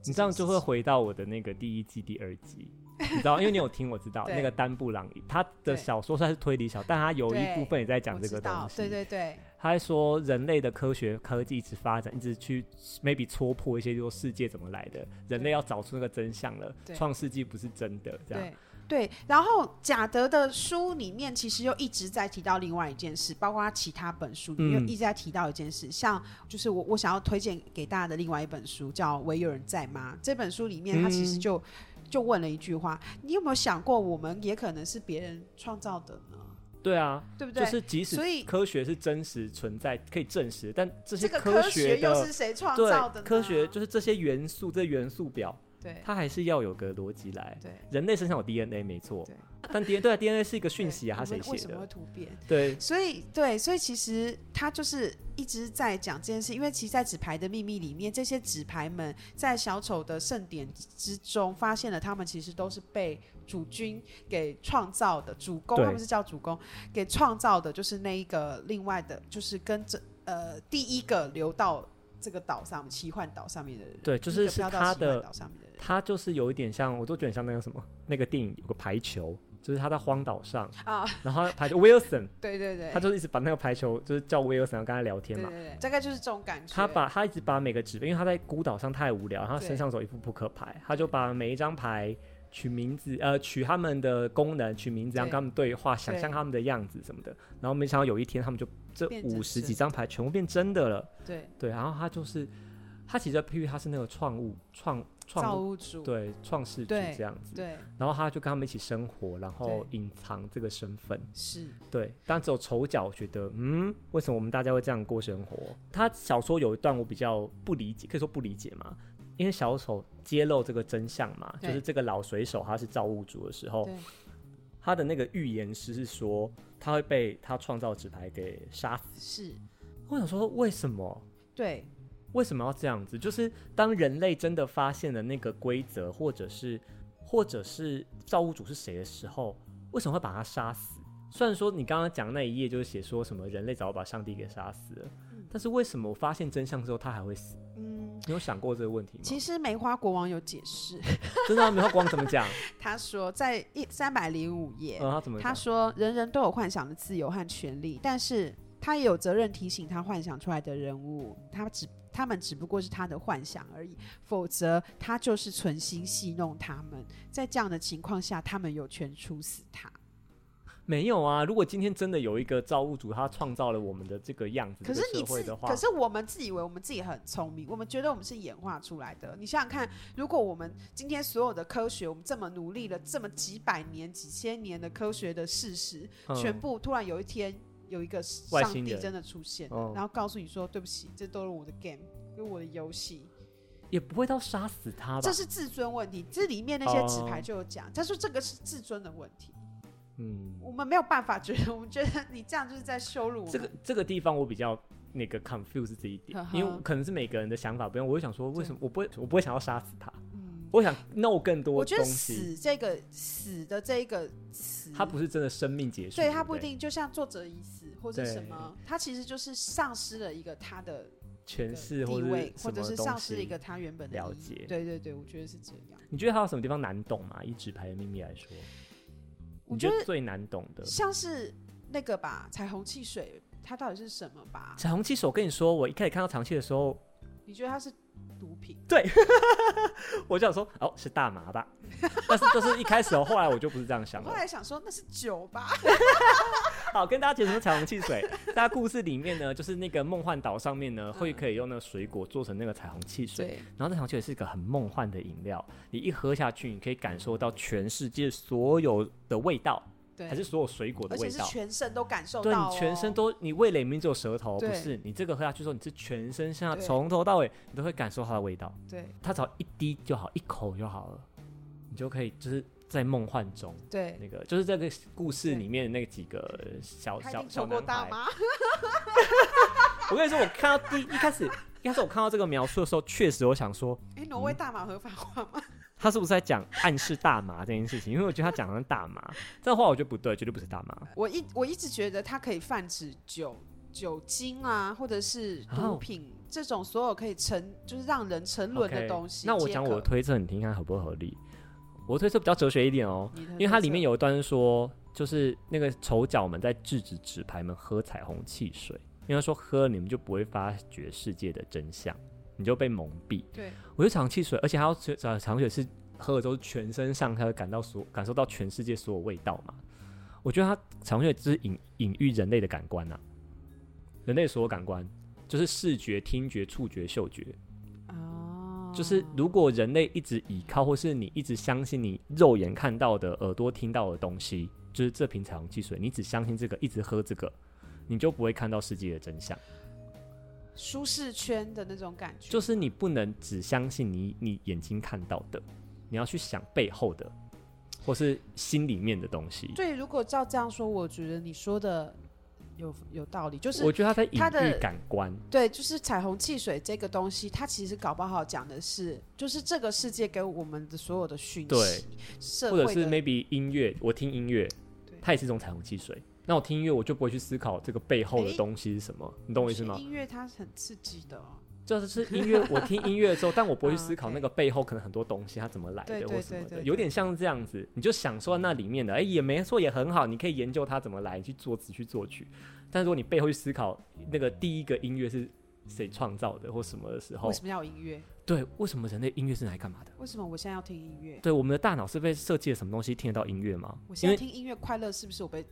S1: 你这样就会回到我的那个第一季第二集，你知道，因为你有听，我知道
S3: 对
S1: 那个丹布朗，他的
S3: 对
S1: 小说算是推理小，但他有一
S3: 对
S1: 部分也在讲
S3: 我
S1: 这
S3: 知
S1: 个
S3: 道
S1: 东，西。
S3: 对对对
S1: 他还说人类的科学科技一直发展，一直去 maybe 戳破一些，就是世界怎么来的，人类要找出那个真相了。
S3: 对
S1: 创世纪不是真的，这样
S3: 对对。然后贾德的书里面其实又一直在提到另外一件事，包括他其他本书里
S1: 嗯
S3: 面又一直在提到一件事，像就是我我想要推荐给大家的另外一本书叫《唯有人在吗》。这本书里面他其实
S1: 嗯
S3: 就、就问了一句话：你有没有想过，我们也可能是别人创造的呢？
S1: 对啊，
S3: 对不对？
S1: 就是即使
S3: 所以
S1: 科学是真实存在，可以证实，但这些
S3: 这个科
S1: 学
S3: 又
S1: 的
S3: 是谁创造
S1: 对
S3: 的呢？
S1: 科学就是这些元素，这元素表
S3: 对
S1: 它还是要有个逻辑来。
S3: 对
S1: 人类身上有 DNA 没错
S3: 对，
S1: 但 DNA 对啊 DNA 是一个讯息啊，
S3: 对
S1: 它谁
S3: 为
S1: 写
S3: 为什么
S1: 的？
S3: 会突变？
S1: 对，
S3: 所以对，所以其实他就是一直在讲这件事，因为其实，在纸牌的秘密里面，这些纸牌们在小丑的盛典之中，发现了他们其实都是被主君给创造的，主公
S1: 对
S3: 他们是叫主公给创造的，就是那一个另外的，就是跟这呃第一个流到这个岛上奇幻岛上面的人，
S1: 对就
S3: 第一
S1: 是
S3: 个
S1: 是
S3: 飘到
S1: 他
S3: 奇幻
S1: 的
S3: 岛上面的人
S1: 它就是有一点像，我都觉得很像那个什么那个电影有个排球，就是他在荒岛 上，
S3: 啊，
S1: 然后他排球 Wilson，
S3: 对对对，
S1: 他就是一直把那个排球就是叫 Wilson，然后跟他聊天
S3: 对
S1: 嘛
S3: 对。对，大概就是这种感觉。
S1: 他把他一直把每个纸，因为他在孤岛上太无聊，然后他
S3: 对
S1: 身上走一副扑克牌，他就把每一张牌取名字，呃，取他们的功能，取名字，然后
S3: 对
S1: 跟他们对话，想象他们的样子什么的。然后没想到有一天，他们就这
S3: 变成
S1: 五十
S3: 真
S1: 几张牌全部变真的了。
S3: 对
S1: 对，然后他就是他其实在譬喻他是那个创物创
S3: 造
S1: 创物
S3: 物主，
S1: 对创世主
S3: 对
S1: 这样子。
S3: 对
S1: 然后他就跟他们一起生活，然后
S3: 对
S1: 隐藏这个身份。
S3: 是，
S1: 对，但只有丑角觉得，嗯，为什么我们大家会这样过生活？他小说有一段我比较不理解，可以说不理解嘛，因为小丑揭露这个真相嘛，就
S3: 对
S1: 是这个老水手他是造物主的时候
S3: 对，
S1: 他的那个预言师是说他会被他创造纸牌给杀死。
S3: 是
S1: 我想说，为什么？
S3: 对
S1: 为什么要这样子？就是当人类真的发现了那个规则，或者是或者是造物主是谁的时候，为什么会把他杀死？虽然说你刚刚讲那一页就是写说什么人类早就把上帝给杀死了，但是为什么我发现真相之后他还会死？
S3: 嗯。
S1: 你有想过这个问题吗？
S3: 其实梅花国王有解释，
S1: 真的啊没有光怎么讲？
S3: 他说在一三百零五页，
S1: 嗯，他怎么
S3: 他
S1: 讲？
S3: 说人人都有幻想的自由和权利，但是他也有责任提醒他幻想出来的人物，他只他们只不过是他的幻想而已，否则他就是存心戏弄他们。在这样的情况下，他们有权处死他。
S1: 没有啊！如果今天真的有一个造物主，他创造了我们的这个样子，
S3: 可是
S1: 这
S3: 你
S1: 个社会
S3: 自
S1: 的，话，
S3: 可是我们自以为我们自己很聪明，我们觉得我们是演化出来的。你想想看，如果我们今天所有的科学，我们这么努力了，这么几百年、几千年的科学的事实，
S1: 嗯
S3: 全部突然有一天有一个
S1: 外
S3: 上
S1: 星
S3: 帝
S1: 人
S3: 真的出现了，
S1: 哦
S3: 然后告诉你说：“对不起，这都是我的 game，跟我的游戏。
S1: 也不会到杀死他吧？
S3: 这是自尊问题，这里面那些纸
S1: 哦
S3: 牌就有讲，他说这个是自尊的问题，
S1: 嗯，
S3: 我们没有办法觉得，我们觉得你这样就是在羞辱我们。
S1: 这个这个地方我比较那个 confuse 这一点
S3: 呵，呵
S1: 因为可能是每个人的想法不一样。我会想说，为什么我不会我不会想要杀死他？
S3: 嗯
S1: 我想弄更多
S3: 我觉
S1: 东
S3: 得
S1: 西。
S3: 死这个死的这一个死，
S1: 他不是真的生命结束，
S3: 对
S1: 他
S3: 他不一定就像作者已死或者什么，他其实就是丧失了一个他的
S1: 诠释
S3: 地
S1: 或
S3: 位，
S1: 什
S3: 或者
S1: 么
S3: 是
S1: 东
S3: 丧失了
S1: 西
S3: 一个他原本的
S1: 了
S3: 意义
S1: 解
S3: 对对对，我觉得是这样。
S1: 你觉得他有什么地方难懂吗？以纸牌的秘密来说，
S3: 我
S1: 你
S3: 觉
S1: 觉
S3: 得
S1: 最难懂的
S3: 像是那个吧，彩虹汽水它到底是什么吧？
S1: 彩虹汽水。我跟你说，我一开始看到彩虹汽水的时候，
S3: 你觉得它是毒品。
S1: 我就想说，哦，是大麻 吧？但是这是一开始哦，后来我就不是这样想
S3: 后
S1: 了。
S3: 来想说那是酒吧，
S1: 好，跟大家解释彩虹汽 水。大家故事里面呢，就是那个梦幻岛上面呢，会可以用那个水果做成那个彩虹汽水。
S3: 嗯对，
S1: 然后这彩虹汽水是一个很梦幻的饮料，你一喝下去，你可以感受到全世界所有的味道，
S3: 对，
S1: 还是所有水果的
S3: 而
S1: 味
S3: 且是
S1: 道。
S3: 全身都感受
S1: 对
S3: 到、哦，
S1: 你全身都，你味蕾明明只有舌头，不
S3: 对
S1: 是你这个喝下去之后，你是全身上下
S3: 对
S1: 从头到尾，你都会感受它的味道。
S3: 对
S1: 它只要一滴就好，一口就好了，你就可以就是在梦幻中，
S3: 对。
S1: 那个就是这个故事里面那几个小
S3: 他一
S1: 小
S3: 定
S1: 小
S3: 做过
S1: 男
S3: 大
S1: 孩。
S3: 妈，
S1: 我跟你说，我看到第一开始，一开始我看到这个描述的时候，确实我想说，
S3: 哎，挪威大麻合法化吗？
S1: 他是不是在讲暗示大麻这件事情？因为我觉得他讲的是大麻，这话我觉得不对，绝对不是大麻。
S3: 我一我一直觉得它可以泛指酒、酒精啊，或者是毒
S1: 哦
S3: 品、这种所有可以沉，就是让人沉沦
S1: OK，
S3: 的东西。
S1: 那我
S3: 皆
S1: 讲
S3: 可
S1: 我的推测，你听看合不合理？我的推测比较哲学一点哦，
S3: 你的
S1: 因为它里面
S3: 有
S1: 有一段是说，就是那个丑角们在制止纸牌们喝彩虹汽水，因为他说喝了你们就不会发觉世界的真相，你就被蒙蔽。
S3: 对
S1: 我觉得彩虹汽水，而且还要彩彩虹汽水是喝了之后全身上下会感到所感受到全世界所有味道嘛。我觉得它彩虹汽水就是隐隐喻人类的感官呐、啊人类所有感官就是视觉、听觉、触觉、嗅觉。
S3: 哦，
S1: 就是如果人类一直倚靠，或是你一直相信你肉眼看到的、耳朵听到的东西，就是这瓶彩虹汽水，你只相信这个，一直喝这个，你就不会看到世界的真相。
S3: 舒适圈的那种感觉，
S1: 就是你不能只相信你你眼睛看到的，你要去想背后的，或是心里面的东西。
S3: 对。如果照这样说，我觉得你说的有有道理，就是
S1: 我觉得他在隐
S3: 它的
S1: 喻感官，
S3: 对，就是彩虹汽水这个东西，它其实搞不好讲的是，就是这个世界给我们的所有的讯息，
S1: 对，
S3: 社
S1: 或
S3: 会
S1: 者
S3: 的
S1: 是 maybe 音乐，我听音乐
S3: 对，
S1: 它也是一种彩虹汽水。那我听音乐，我就不会去思考这个背后的
S3: 诶
S1: 东西是什么，你懂我意思
S3: 是
S1: 吗？
S3: 音乐它是很刺激的、哦，
S1: 就是音乐，我听音乐的时候，但我不会去
S3: 嗯
S1: 思考
S3: ，OK
S1: 那个背后可能很多东西它怎么来
S3: 对
S1: 的
S3: 对
S1: 或什么
S3: 对
S1: 的，
S3: 对
S1: 有点像这样子，你就享受那里面的，哎，也没错，也很好，你可以研究它怎么来，去作词去作曲。但是如果你背后去思考那个第一个音乐是谁创造的或什么的时候
S3: 为什，么要有音乐？
S1: 对，为什么人类音乐是拿来干嘛的？
S3: 为什么我现在要听音乐？
S1: 对，我们的大脑是被设计了什么东西听得到音乐吗
S3: 我？现
S1: 因
S3: 在
S1: 为
S3: 听音乐快乐是不是我被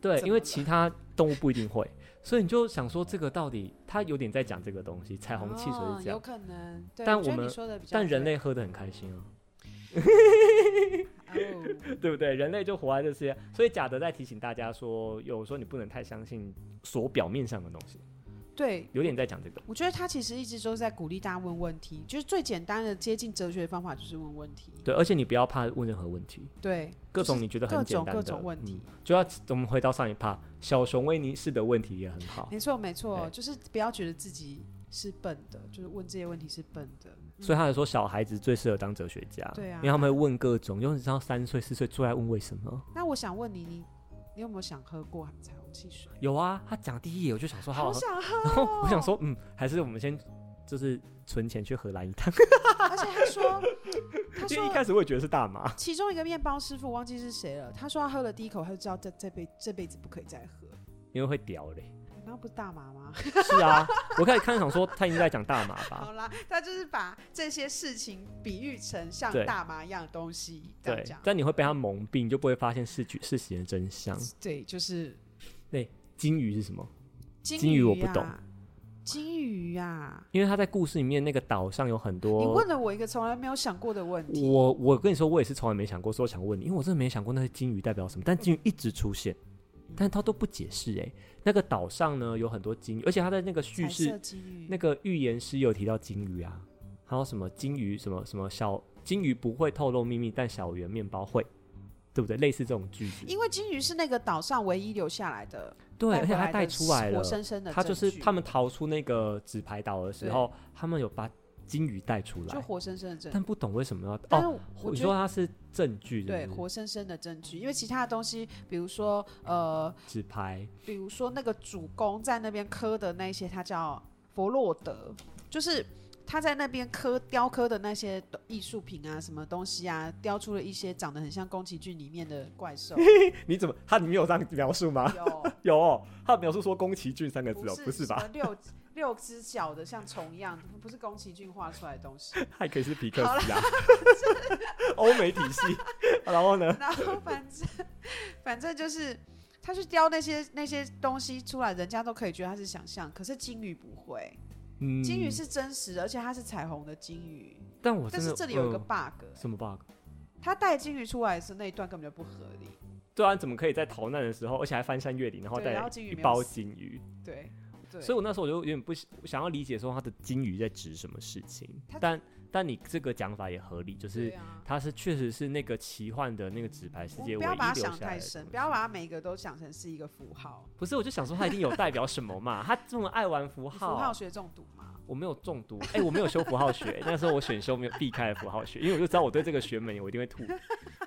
S1: 对，
S3: 怎
S1: 因为
S3: 么
S1: 其他动物不一定会，所以你就想说这个到底它有点在讲这个东西，彩哎虹汽水
S3: 哦
S1: 是这
S3: 有
S1: 样，
S3: 可能，对
S1: 但
S3: 我觉
S1: 我
S3: 得
S1: 们
S3: 你说的比较
S1: 但人
S3: 对
S1: 类喝得很开心啊。
S3: 哦，
S1: 对不对？人类就活在这世界，所以贾德在提醒大家说，有时候你不能太相信所表面上的东西，
S3: 对。
S1: 有点在讲这个。
S3: 我觉得他其实一直都在鼓励大家问问题，就是最简单的接近哲学的方法就是问问题。
S1: 对，而且你不要怕问任何问题，
S3: 对，
S1: 各
S3: 就是
S1: 种你觉得
S3: 各
S1: 很简
S3: 种
S1: 单的
S3: 各种问题，
S1: 嗯就要我们回到上一趴，小熊维尼式的问题也很好，
S3: 没错，没错，
S1: 对
S3: 就是不要觉得自己是笨的，就是问这些问题是笨的。嗯
S1: 所以他才说小孩子最适合当哲学家，
S3: 对啊
S1: 因为他们会问各种，因为你知道三岁四岁最爱问为什么。
S3: 那我想问你，你你有没有想喝过彩虹汽水？
S1: 有啊，他讲第一页我就想说好好
S3: 好
S1: 喝，
S3: 想喝，哦
S1: 然后 我想说嗯，还是我们先就是存钱去荷兰一趟，
S3: 而且他说， 他
S1: 因为一
S3: 说
S1: 开始我也觉得是大麻，
S3: 其中一个面包师傅忘记是谁了，他说他喝了第一口，他就知道这这辈这辈子不可以再喝。
S1: 因为会屌嘞。
S3: 那不是大麻吗？
S1: 是啊，我开始看想说他应该在讲大麻吧
S3: 好。啦，他就是把这些事情比喻成像
S1: 对
S3: 大麻一样的东西，这
S1: 对
S3: 样讲，。
S1: 但你会被他蒙蔽，你就不会发现事情事情的真相。
S3: 对，就是
S1: 金鱼是什么？
S3: 金
S1: 金鱼我不
S3: 啊
S1: 懂，
S3: 金鱼啊，
S1: 因为他在故事里面那个岛上有很
S3: 你
S1: 多
S3: 问。了我一个从来没有想过的问题。
S1: 我我跟你说，我也是从来没想过，说想问你，因为我真的没想过那些金鱼代表什么。但金鱼一直出现，但他都不解释哎、那个岛上呢有很多金鱼，而且他在那个叙
S3: 彩色
S1: 事，
S3: 金鱼，
S1: 那个预言师有提到金鱼啊，还有什么金鱼什么什么小金鱼不会透露秘密，但小圆面包会，对不对？类似这种句子。
S3: 因为金鱼是那个岛上唯一留下来的，
S1: 对，
S3: 带
S1: 而且
S3: 回
S1: 他
S3: 的
S1: 带出来了
S3: 活，生生的证
S1: 他
S3: 据，
S1: 就是他们逃出那个纸牌岛的时候，他们有把金鱼带出
S3: 就
S1: 来，
S3: 活生生的证
S1: 但
S3: 据。
S1: 不懂为什么要
S3: 但是
S1: 哦。
S3: 我
S1: 你
S3: 觉
S1: 说
S3: 得
S1: 它是证据是不
S3: 对
S1: 是，
S3: 活生生的证据，因为其他的东西，比如说呃，
S1: 纸牌，
S3: 比如说那个主公在那边刻的那些，他叫弗洛德，就是他在那边刻雕刻的那些艺术品啊，什么东西啊，雕出了一些长得很像宫崎骏里面的 怪兽。
S1: 你怎么？ 它里面有这样描述吗？
S3: 有，
S1: 有、哦，它有描述说宫崎骏三个字哦，
S3: 是
S1: 不是
S3: 什么
S1: 吧？
S3: 六六只脚的，像虫一样，不是宫崎骏画出来的东 西。
S1: 还可以是皮克斯啊，欧美体系。然后呢？
S3: 然后反正反正就是，他去雕那些那些东西出来，人家都可以觉得他是想象，可是金鱼不会，
S1: 嗯，
S3: 金鱼，是真实的，而且它是彩虹的金鱼。
S1: 但我
S3: 但
S1: 真的
S3: 是这里有一个
S1: 嗯
S3: bug，
S1: 什么 bug？
S3: 他带金鱼出来的时候那一段根本就不合理。
S1: 对啊，怎么可以在逃难的时候，而且还翻山越岭，然后
S3: 对
S1: 带
S3: 然
S1: 了
S3: 后金鱼
S1: 一
S3: 没有
S1: 包
S3: 死
S1: 金鱼？
S3: 对对，
S1: 所以我那时候我就有点不想想要理解说他的金鱼在指什么事情
S3: 它，
S1: 但但你这个讲法也合理，就是
S3: 对啊。
S1: 它是确实是那个奇幻的那个纸牌世
S3: 我
S1: 界唯
S3: 们
S1: 一
S3: 不要把它
S1: 留下
S3: 想
S1: 来
S3: 太
S1: 的
S3: 深，
S1: 东
S3: 不要
S1: 西
S3: 把它每一个都想成是一个符号。
S1: 不是，我就想说他一定有代表什么嘛，他这么爱玩符
S3: 你
S1: 号，
S3: 符号学中毒吗？
S1: 我没有中毒，哎、我没有修符号学，那时候我选修没有避开了符号学，因为我就知道我对这个学门我一定会吐，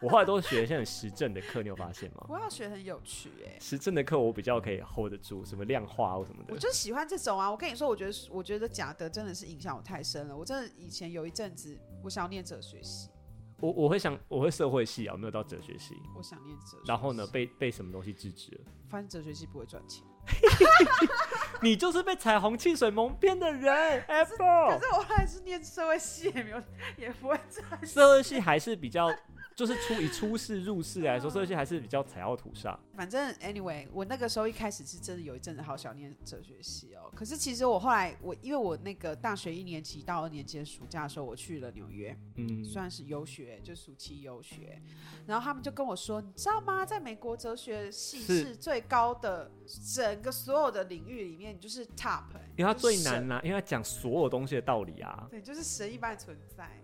S1: 我后来都学一些很实证的课，你有发现吗？
S3: 符号学很有趣哎、
S1: 实证的课我比较可以 hold 得住，什么量化或什么的
S3: 我，就喜欢这种啊！我跟你说，我觉得我觉得贾德真的是影响我太深了。我真的以前有一阵子，我想要念哲学系，
S1: 我我会想我会社会系啊，我没有到哲学系，
S3: 我想念哲学系。
S1: 然后呢被被什么东西制止了。
S3: 发现哲学系不会赚钱。
S1: 你就是被彩虹汽水蒙骗的人
S3: 可
S1: ，Apple。
S3: 是我还是念社会系，也没有也不会 赚钱。
S1: 社会系还是比较，就是出以出世入世来
S3: 啊
S1: 说，社会系还是比较踩到土上。
S3: 反正 anyway，我那个时候一开始是真的有一阵子好想念哲学系哦。可是其实我后来我因为我那个大学一年级到二年级的暑假的时候，我去了纽约，
S1: 嗯，
S3: 算是游学，就暑期游学。然后他们就跟我说，你知道吗？在美国哲学系
S1: 是
S3: 是最高的，整个所有的领域里面，你就是 top，欸、
S1: 因为它
S3: 就
S1: 最
S3: 是神
S1: 难。啦、啊因为它讲所有东西的道理啊，
S3: 对，就是神一般的存在，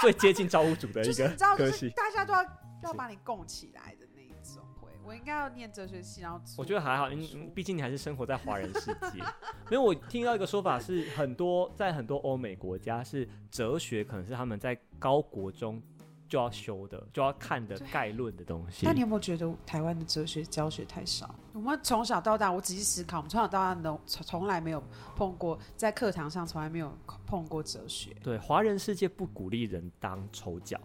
S1: 最接近造物主的
S3: 就
S1: 一
S3: 是
S1: 个
S3: 你知道，就
S1: 科
S3: 是
S1: 系。
S3: 大家都要要把你供起来的那一种。会我应该要念哲学系，然后
S1: 我觉得还好，
S3: 出
S1: 因
S3: 出
S1: 毕竟你还是生活在华人世界。 没有，我听到一个说法是，很多在很多欧美国家是哲学，可能是他们在高国中就要修的、就要看的
S3: 对
S1: 概论的东西。
S3: 那你有没有觉得台湾的哲学教学太少？我们从小到大，我仔细思考，我们从小到大都从从来没有碰过，在课堂上从来没有碰过哲学。
S1: 对，华人世界不鼓励人当丑角，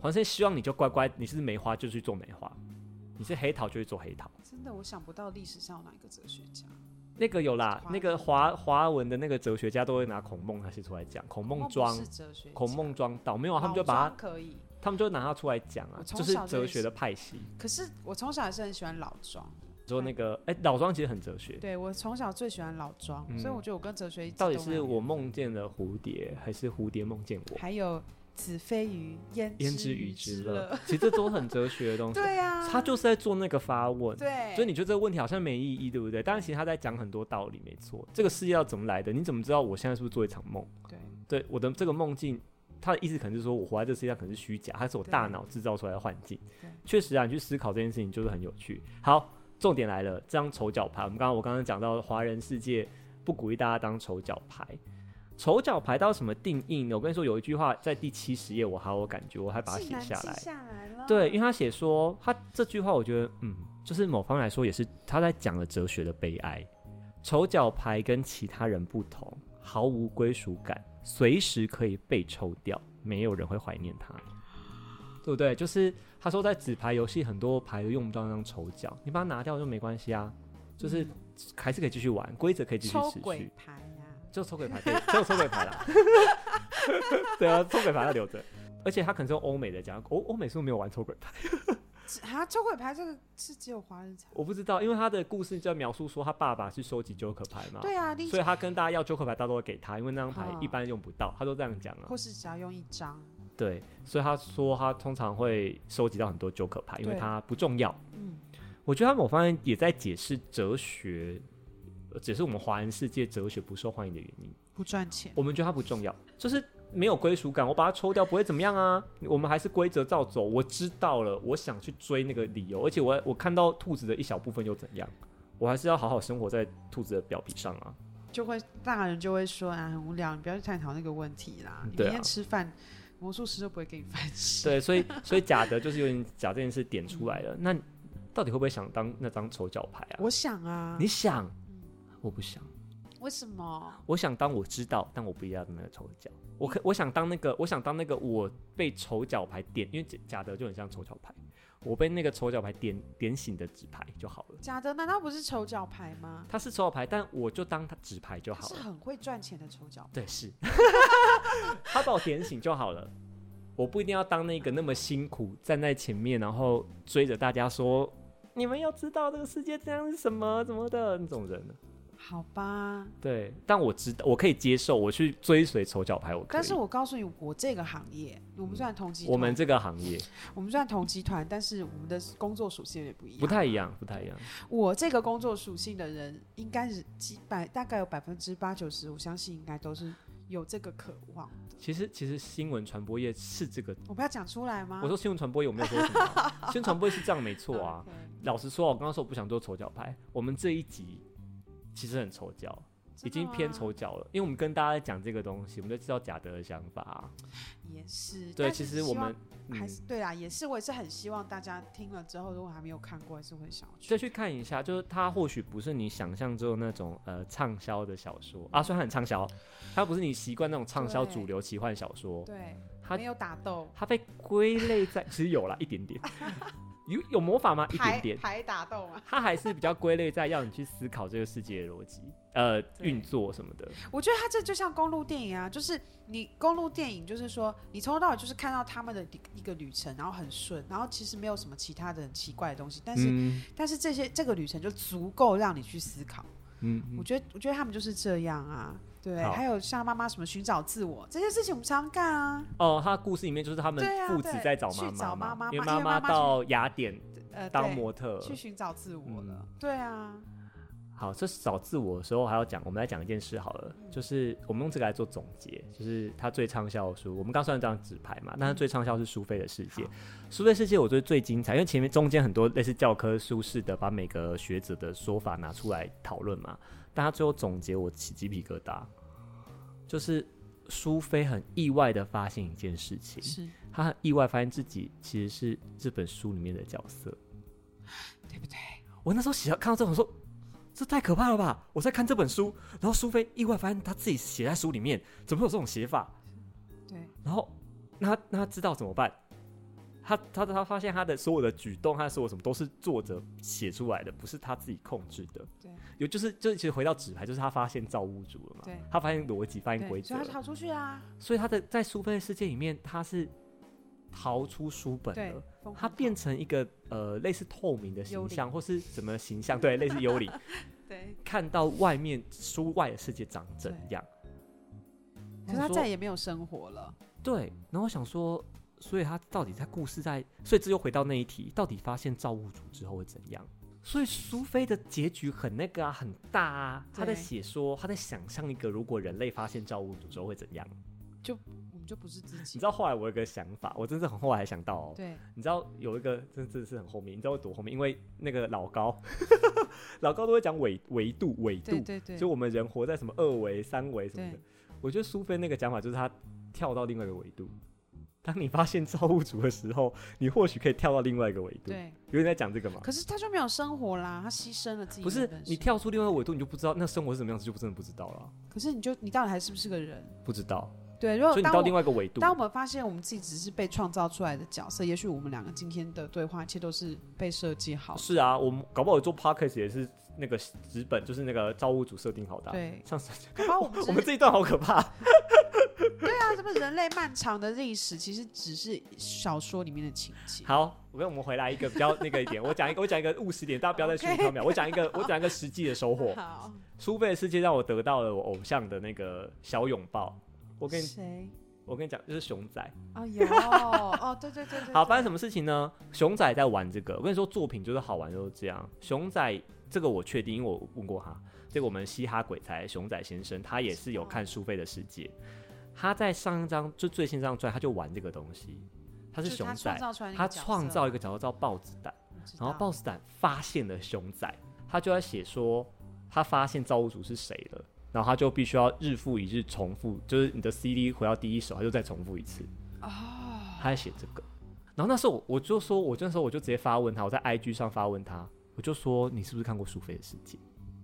S1: 华人世界希望你就乖乖，你是梅花就去做梅花，你是黑桃就去做黑桃。
S3: 真的，我想不到历史上有哪一个哲学家。
S1: 那个有啦，
S3: 华
S1: 那个华华文的那个哲学家都会拿孔孟那些出来讲，孔孟庄
S3: 哦不是。哲学家，
S1: 孔孟庄道没有啊，他们就
S3: 老
S1: 把
S3: 庄
S1: 他，
S3: 可以。
S1: 他们就拿他出来讲啊，
S3: 我从
S1: 就是
S3: 小就
S1: 哲
S3: 认
S1: 学
S3: 识
S1: 的派系。
S3: 可是我从小还是很喜欢老庄，
S1: 说那个，哎、老庄其实很哲学，
S3: 对我从小最喜欢老庄，
S1: 嗯
S3: 所以我觉得我跟哲学一直
S1: 到底
S3: 都没
S1: 是
S3: 有
S1: 我梦见了蝴蝶，还是蝴蝶梦见我？
S3: 还有子非鱼焉
S1: 焉知
S3: 知
S1: 鱼之
S3: 之
S1: 乐？其实这都很哲学的东西。
S3: 对啊，
S1: 他就是在做那个发问，
S3: 对，
S1: 所以你觉得这个问题好像没意义，对不对？但是其实他在讲很多道理，没错。这个世界要怎么来的？你怎么知道我现在是不是做一场梦？
S3: 对
S1: 对，我的这个梦境，他的意思可能是说我活在这世界上可能是虚假，它是我
S3: 对
S1: 大脑制造出来的幻境
S3: 对。
S1: 确实啊，你去思考这件事情就是很有趣。好，重点来了，这张丑角牌，我们刚刚我刚刚讲到华人世界不鼓励大家当丑角牌。丑角牌到什么定义呢？我跟你说，有一句话在第七十页，我好有感觉，我还把它
S3: 竟
S1: 写
S3: 然
S1: 下
S3: 记
S1: 来。
S3: 下来了，
S1: 对，因为他写说，他这句话，我觉得，嗯，就是某方面来说，也是他在讲了哲学的悲哀。丑角牌跟其他人不同，毫无归属感，随时可以被抽掉，没有人会怀念他，对不对？就是他说，在纸牌游戏很多牌都用不到那张丑角，你把它拿掉就没关系啊，就是还是可以继续玩，规则可以继续
S3: 嗯抽
S1: 持
S3: 鬼
S1: 续，
S3: 牌啊呀、
S1: 就抽鬼牌，对，只有抽鬼牌啦。 对啊，抽鬼牌要留着，而且他可能是用欧美的讲，欧欧美是不是没有玩抽鬼牌？
S3: 只啊，抽鬼牌这个是只有华人才。
S1: 我不知道，因为他的故事就在描述说他爸爸是收集 Joker 牌嘛，
S3: 对啊，你
S1: 所以他跟大家要 Joker 牌，大家都会给他，因为那张牌
S3: 嗯
S1: 一般用不到，他都这样讲啊
S3: 或。是只要用一张，
S1: 对，所以他说他通常会收集到很多 Joker 牌，因为
S3: 对
S1: 它不重要。
S3: 嗯，
S1: 我觉得他某方面也在解释哲学，呃解释我们华人世界哲学不受欢迎的原因。
S3: 不赚钱。
S1: 我们觉得它不重要，就是没有归属感。我把它抽掉不会怎么样啊，我们还是规则照走。我知道了，我想去追那个理由，而且我我看到兔子的一小部分又怎样？我还是要好好生活在兔子的表皮上啊。
S3: 就会大人就会说啊，很无聊，你不要去探讨那个问题啦。你
S1: 对啊
S3: 明天吃饭，魔术师都不会给你饭吃。
S1: 对，啊所以所以贾德就是有点假这件事点出来了。那你到底会不会想当那张丑角牌啊？
S3: 我想啊，
S1: 你想，我不想。
S3: 为什么？
S1: 我想当我知道，但我不要当那个丑角。我可我想当那个，我想当那个我被丑角牌点，因为贾贾德就很像丑角牌。我被那个丑角牌点点醒的纸牌就好了。
S3: 假的？难道不是丑角牌吗？
S1: 它是丑角牌，但我就当它纸牌就
S3: 他
S1: 好
S3: 是
S1: 了。
S3: 很会赚钱的丑角牌。
S1: 对，是， 他把我点醒就好了。我不一定要当那个那么辛苦站在前面，然后追着大家说你们要知道这个世界这样是什么怎么的那种人。
S3: 好吧，
S1: 对，但我知道我可以接受，我去追随丑角牌，我可以。
S3: 但是我告诉你，我这个行业，我们虽然同集团，
S1: 嗯我们这个行业
S3: 我们虽然同集团，但是我们的工作属性有点不一样。
S1: 不太一样，不太一样。
S3: 我这个工作属性的人，应该是几百，大概有百分之八九十，我相信应该都是有这个渴望。
S1: 其实其实新闻传播业是这个，
S3: 我不要讲出来吗？
S1: 我说新闻传播业我没有说什么啊， 新闻传播业是这样没错啊。
S3: OK，
S1: 老实说，我刚刚说我不想做丑角牌，我们这一集其实很丑角，
S3: 真的
S1: 已经偏
S3: 吗
S1: 丑角了，因为我们跟大家讲这个东西，我们就知道贾德的想法啊。
S3: 也是。
S1: 对，
S3: 哎但
S1: 其
S3: 是
S1: 实我
S3: 希望
S1: 们、
S3: 还
S1: 嗯、
S3: 是对啊啦，也是我也是很希望大家听了之后，如果还没有看过，还是会想要去。
S1: 再去看一下，就是它或许不是你想象中的那种呃畅销的小说啊，虽然它很畅销，它不是你习惯那种畅销
S3: 对
S1: 主流奇幻小说，
S3: 对，
S1: 它
S3: 没有打斗，
S1: 它被归类在 其实有啦一点点，有有魔法吗？一
S3: 排
S1: 点点，
S3: 排打斗嘛。
S1: 它还是比较归类在要你去思考这个世界的逻辑、呃
S3: 对
S1: 运作什么的。
S3: 我觉得他这就像公路电影啊，就是你公路电影，就是说你从头到尾就是看到他们的一个旅程，然后很顺，然后其实没有什么其他的很奇怪的东西，但是、
S1: 嗯
S3: 但是这些这个旅程就足够让你去思考。
S1: 嗯，嗯
S3: 我觉得我觉得他们就是这样啊，对。
S1: 好
S3: 还有像妈妈什么寻找自我这些事情，我们常常干啊，
S1: 哦，他故事里面就是他们
S3: 对啊
S1: 父子
S3: 对
S1: 在找
S3: 去
S1: 妈
S3: 找妈
S1: 妈嘛，
S3: 妈
S1: 因为
S3: 嘛因为妈妈去
S1: 到雅典
S3: 呃，
S1: 当
S3: 对
S1: 模特。
S3: 去寻找自我
S1: 嗯
S3: 了，对啊，
S1: 好，这是找自我的时候还要讲，我们来讲一件事好了，就是我们用这个来做总结，就是他最畅销的书，我们刚算这张纸牌嘛，但是最畅销是苏菲的世界，苏菲世界我觉得最精彩，因为前面中间很多类似教科书式的把每个学者的说法拿出来讨论嘛，但他最后总结我起鸡皮疙瘩，就是苏菲很意外的发现一件事情，
S3: 是
S1: 他很意外发现自己其实是这本书里面的角色。
S3: 对不对？
S1: 我那时候写到看到这本说，这太可怕了吧！我在看这本书，然后苏菲意外发现她自己写在书里面，怎么会有这种写法？
S3: 对，
S1: 然后那他那他知道怎么办？他他他发现他的所有的举动，他所有什么都是作者写出来的，不是他自己控制的。
S3: 对，
S1: 有就是就是其实回到纸牌，就是他发现造物主了嘛
S3: 对，
S1: 他发现逻辑，发现规
S3: 对，
S1: 则
S3: 所以他，就逃出去啊，
S1: 所以他的在苏菲的世界里面，他是逃出书本
S3: 对
S1: 了。，
S3: 疯
S1: 它
S3: 狂
S1: 变
S3: 逃
S1: 成一个呃类似透明的
S3: 幽
S1: 形
S3: 灵
S1: 象，或是什么形象？对，类似幽 灵，
S3: 对，
S1: 看到外面书外的世界长怎样。
S3: 可是他
S1: 说
S3: 再也没有生活了，
S1: 对，然后我想说，所以他到底在故事在，所以这又回到那一题，到底发现造物主之后会怎样？所以苏菲的结局很那个啊，很大啊。他在
S3: 对
S1: 写说，他在想象一个如果人类发现造物主之后会怎样。
S3: 我们就不是自
S1: 你
S3: 己
S1: 知，道后来我有个想法，我真是很后来才想到哦。
S3: 对，
S1: 你知道有一个真真的是很后面，你知道我躲后面，因为那个老高， 老高都会讲纬维度纬度，
S3: 对对对，
S1: 就我们人活在什么二维、三维什么的
S3: 对。
S1: 我觉得苏菲那个讲法就是他跳到另外一个维度。当你发现造物主的时候，你或许可以跳到另外一个维度。
S3: 对。
S1: 有人在讲这个吗？
S3: 可是他就没有生活啦，他牺牲了自己。
S1: 不是，你，跳出另外一个维度，你就不知道那生活是什么样子，就真的不知道了。
S3: 可是你就你到底还是不是个人？
S1: 不知道，
S3: 对，如果
S1: 所以你
S3: 哦当
S1: 到
S3: 我
S1: 另外一个维度。
S3: 当我们发现我们自己只是被创造出来的角色，也许我们两个今天的对话，一切都是被设计好的。
S1: 是啊，我们搞不好做 podcast 也是那个纸本，就是那个造物主设定好的啊、
S3: 对
S1: 像是
S3: 搞不好我们
S1: 我
S3: 只
S1: 们
S3: 是
S1: 这一段好可怕。
S3: 看这么人类漫长的历史，其实只是小说里面的情节。
S1: 好，我跟我们回来一个比较那个一点，我讲一个，我讲一个务实点，大家不要再虚无缥缈。我讲一个，我讲一个实际的收获。
S3: 好，
S1: 苏菲的世界让我得到了我偶像的那个小拥抱。我跟你，
S3: 谁？
S1: 我跟你讲，就是熊仔。
S3: 哦，有哦，对对对对
S1: 好，发生
S3: 对
S1: 什么事情呢？熊仔在玩这个。我跟你说，作品就是好玩就是这样。熊仔这个我确定，因为我问过他。这个我们嘻哈鬼才熊仔先生，他也是有看苏菲的世界。他在上一张就最新这张专辑，他就玩这个东西。他是
S3: 就是
S1: 熊
S3: 他
S1: 仔
S3: 创，造出来的一个
S1: 他
S3: 角
S1: 创
S3: 色
S1: 造一个角色叫豹子蛋。
S3: 我知
S1: 然后
S3: 道
S1: BOSS 蛋发现了熊仔，他就在写说他发现造物主是谁了，然后他就必须要日复一日重复，就是你的 CD 回到第一首，他就再重复一次。哦，他在写这个。然后那时候我我就说，我那时候我就直接发问他，我在 IG 上发问他，我就说你是不是看过苏菲的世界？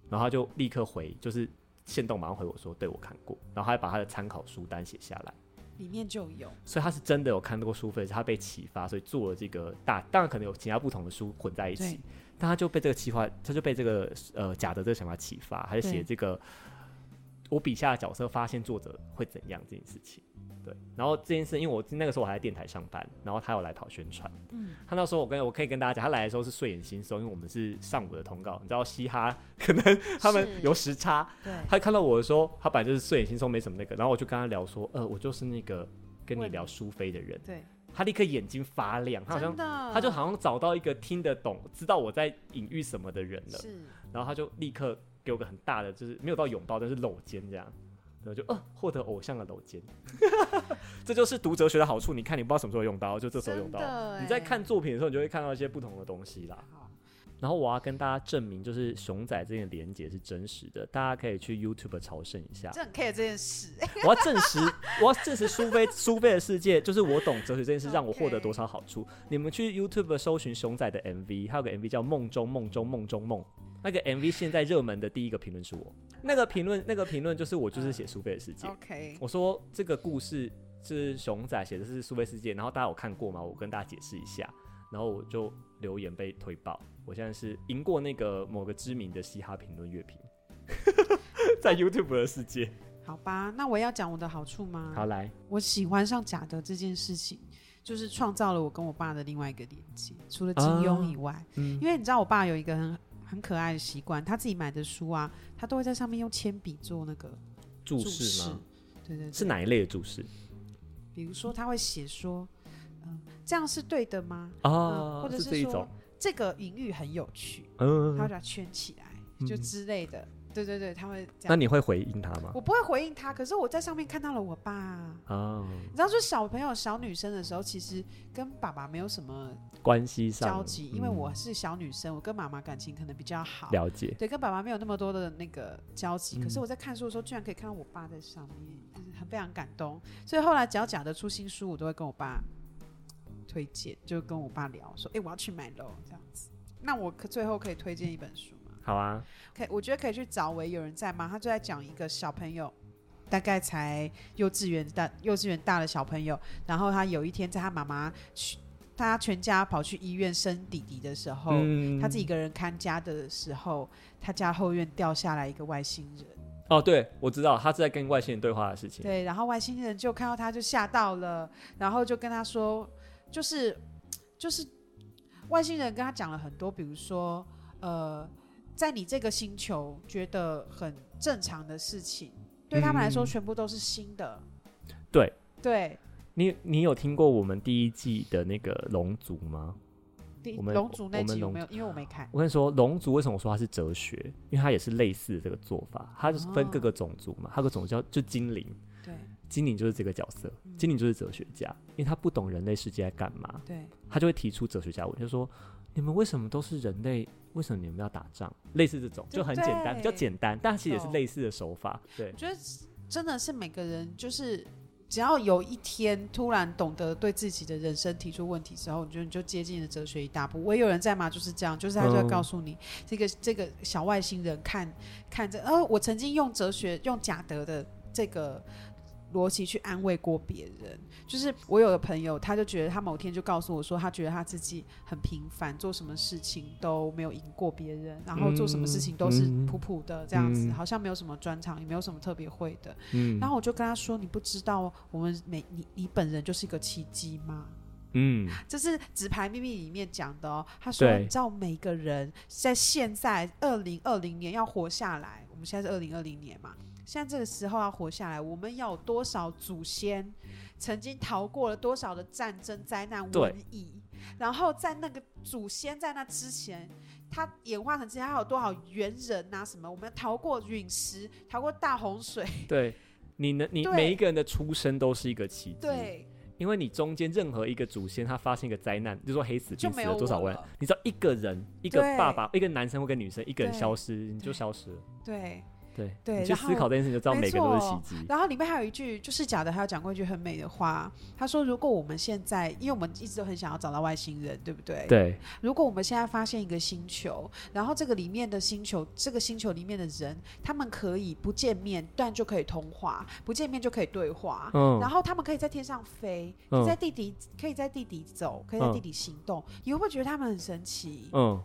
S1: 然后他就立刻回，就是现动马上回我说，对我看过，然后他还把他的参考书单写下来。
S3: 里面就有。
S1: 所以他是真的有看过书，或者是他被启发，所以做了这个大，当然可能有其他不同的书混在一起
S3: 对，
S1: 但他就被这个启发，他就被这个呃贾德这个想法启发，他就写
S3: 对
S1: 这个我笔下的角色发现作者会怎样这件事情。对，然后这件事，因为我那个时候我还在电台上班，然后他有来跑宣传。
S3: 嗯
S1: 他那时候我跟我可以跟大家讲，他来的时候是睡眼惺忪，因为我们是上午的通告，你知道嘻哈可能他们
S5: 是
S1: 有时差，
S3: 对，
S1: 他看到我的时候，他本来就是睡眼惺忪，没什么那个。然后我就跟他聊说，呃，我就是那个跟你
S3: 问
S1: 聊苏菲的人。
S3: 对，
S1: 他立刻眼睛发亮，他好像
S3: 真的，
S1: 他就好像找到一个听得懂、知道我在隐喻什么的人了。
S3: 是
S1: 然后他就立刻给我个很大的，就是没有到拥抱，但是搂肩这样。然后就呃获得偶像的搂 肩，这就是读哲学的好处。你看，你不知道什么时候用到，就这时候用到。
S3: 真的
S1: 你在
S3: 欸
S1: 看作品的时候，你就会看到一些不同的东西啦。
S3: 好，
S1: 然后我要跟大家证明，就是熊仔之间的连接是真实的，大家可以去 YouTube 朝圣一下。
S3: 这很 care 这件事。
S1: 我要证实，我要证实苏菲苏菲的世界，就是我懂哲学这件事，让我获得
S3: OK
S1: 多少好处。你们去 YouTube 搜寻熊仔的 MV，还有个 MV 叫《梦中梦中梦中梦》，那个 MV 现在热门的第一个评论是我，那个评论那个评论就是我就是写苏菲的世界，
S3: OK，
S1: 我说这个故事是熊仔写的是苏菲世界，然后大家有看过吗？我跟大家解释一下，然后我就留言被推爆，我现在是赢过那个某个知名的嘻哈评论乐评， 在 YouTube 的世界。
S3: 好吧，那我要讲我的好处吗？
S1: 好来。
S3: 我喜欢上贾德这件事情，就是创造了我跟我爸的另外一个连接。除了金庸以外，
S1: 嗯
S3: 因为你知道我爸有一个很很可爱的习惯，他自己买的书啊，他都会在上面用铅笔做那个
S1: 注
S3: 注
S1: 释
S3: 释
S1: 吗？。
S3: 对对对，
S1: 是哪一类的注释？
S3: 比如说他会写说，嗯、这样是对的吗？嗯
S1: 哦，
S3: 或者
S1: 是
S3: 是
S1: 这一
S3: 说
S1: 种，
S3: 这个隐喻很有趣，他会
S1: 嗯，
S3: 把它圈起来，就之类的。对对对，他会
S1: 那
S3: 这样。
S1: 你会回应他吗？
S3: 我不会回应他，可是我在上面看到了我爸。啊
S1: 哦，
S3: 你知道，就小朋友、小女生的时候，其实跟爸爸没有什么
S1: 关系上
S3: 交集，因为
S1: 嗯
S3: 我是小女生，我跟妈妈感情可能比较好，
S1: 了解，
S3: 对，跟爸爸没有那么多的那个交集。可是
S1: 嗯
S3: 我在看书的时候，居然可以看到我爸在上面，就是很非常感动。所以后来只要讲得出新书，我都会跟我爸推荐，就跟我爸聊说：“哎、我要去买喽。”这样子。那我可最后可以推荐一本书吗？
S1: 好啊，
S3: 可以我觉得可以去找维有人在吗？他就在讲一个小朋友，大概才幼稚园大幼稚园大的小朋友，然后他有一天在他妈妈去，他全家跑去医院生弟弟的时候，
S1: 嗯
S3: 他自己一个人看家的时候，他家后院掉下来一个外星人，
S1: 哦，对，我知道他是在跟外星人对话的事情，
S3: 对，然后外星人就看到他就吓到了，然后就跟他说，就是就是外星人跟他讲了很多，比如说呃，在你这个星球觉得很正常的事情，对他们来说
S1: 嗯
S3: 全部都是新的。
S1: 对
S3: 对，
S1: 你你有听过我们第一季的那个龙族吗？
S3: 第
S1: 我们
S3: 龙族那
S1: 我们
S3: 集有
S1: 龙
S3: 没有？因为我没看。
S1: 我跟你说，龙族为什么我说它是哲学？因为它也是类似的这个做法，它就是分
S3: 哦
S1: 各个种族嘛，它有个种族叫就精灵，
S3: 对
S1: 精灵就是这个角色，
S3: 嗯
S1: 精灵就是哲学家，因为他不懂人类世界在干嘛，
S3: 对，
S1: 他就会提出哲学家问，就说你们为什么都是人类？为什么你们要打仗？类似这种
S3: 对
S1: 就很简单，比较简单，但其实也是类似的手法。对
S3: 我，觉得真的是每个人就是。只要有一天突然懂得对自己的人生提出问题之后，你觉得你就接近了哲学一大步。我也有人在嘛，就是这样，就是他就会
S1: 嗯
S3: 告诉你，这个这个小外星人看看着，呃，我曾经用哲学用贾德的这个逻辑去安慰过别人。就是我有个朋友，他就觉得他某天就告诉我说，他觉得他自己很平凡，做什么事情都没有赢过别人，然后做什么事情都是
S1: 嗯
S3: 普普的这样子，
S1: 嗯
S3: 好像没有什么专长，也没有什么特别会的。
S1: 嗯
S3: 然后我就跟他说：“你不知道哦我们每你你本人就是一个奇迹吗？”
S1: 嗯，
S3: 这是《纸牌秘密》里面讲的哦。他说
S1: 对：“
S3: 你知道每个人在现在二零二零年要活下来，我们现在是二零二零年嘛，现在这个时候要活下来，我们要有多少祖先曾经逃过了多少的战争、灾难、
S1: 对
S3: 瘟疫？然后在那个祖先在那之前，他演化成之前还有多少猿人啊什么？我们逃过陨石，逃过大洪水，
S1: 对，你能你
S3: 对
S1: 每一个人的出生都是一个奇迹，，
S3: 对。”
S1: 因为你中间任何一个祖先他发生一个灾难，就说黑死病
S3: 就
S1: 死
S3: 没有
S1: 了多少
S3: 我
S1: 万
S3: 了，
S1: 你知道一个人一个
S3: 对
S1: 爸爸一个男生或一个女生一个人
S3: 对
S1: 消失，你就消失了。
S3: 对，
S1: 对
S3: 对
S1: 你去
S3: 然
S1: 思考
S3: 后
S1: 这件事，你就知道
S3: 没
S1: 每个人都是
S3: 错
S1: 袭击。
S3: 然后里面还有一句，就是假的，还有讲过一句很美的话，他说：“如果我们现在，因为我们一直都很想要找到外星人，对不对？
S1: 对，
S3: 如果我们现在发现一个星球，然后这个里面的星球，这个星球里面的人，他们可以不见面，但就可以通话，不见面就可以对话。
S1: 嗯
S3: 然后他们可以在天上飞，
S1: 嗯
S3: 在地底可以在地底走，可以在
S1: 嗯
S3: 地底行动。你会不会觉得他们很神奇？
S1: 嗯，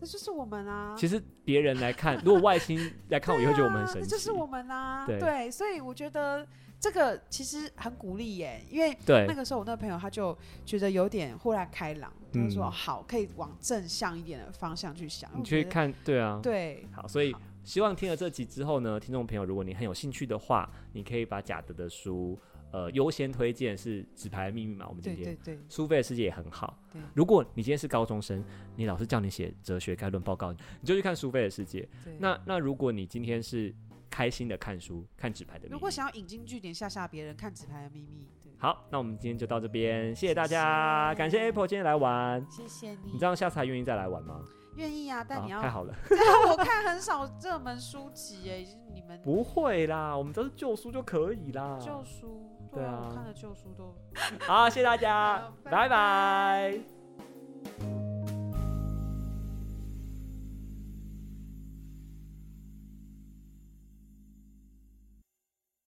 S3: 这就是我们啊！
S1: 其实别人来看，如果外星来看，我也会觉得我们很
S3: 对啊
S1: 神
S3: 那
S1: 奇。
S3: 就是我们啊。
S1: 对
S3: 对，所以我觉得这个其实很鼓励耶，因为
S1: 对
S3: 那个时候我那个朋友他就觉得有点豁然开朗，他就说
S1: 嗯
S3: 好，可以往正向一点的方向去想。
S1: 你
S3: 我觉
S1: 去
S3: 得，
S1: 看，对啊，
S3: 对，
S1: 好，所以希望听了这集之后呢，听众朋友，如果你很有兴趣的话，你可以把贾德的书，呃，优先推荐是《纸牌的秘密》嘛，我们今
S3: 对
S1: 天
S3: 对对，
S1: 苏菲的世界也很好
S3: 对。
S1: 如果你今天是高中生，你老师叫你写哲学概论报告，你就去看苏菲的世界。
S3: 对
S1: 那那如果你今天是开心的看书，看纸牌的秘
S3: 如
S1: 密
S3: 果。想要引经据典吓吓别人，看《纸牌的秘密》对，
S1: 好，那我们今天就到这边，谢谢大家，感谢 Apple 今天来玩。
S3: 谢谢
S1: 你
S3: 你
S1: 知，道下次还愿意再来玩吗？
S3: 愿意啊？但
S1: 啊
S3: 你要，
S1: 太好了，
S3: 我看很少热门书籍耶，已经你们
S1: 不会啦，我们都是旧书就可以啦。
S3: 旧书，
S1: 对啊
S3: 我看的旧书都。
S1: 好，谢谢大家，
S3: 好拜
S1: 拜拜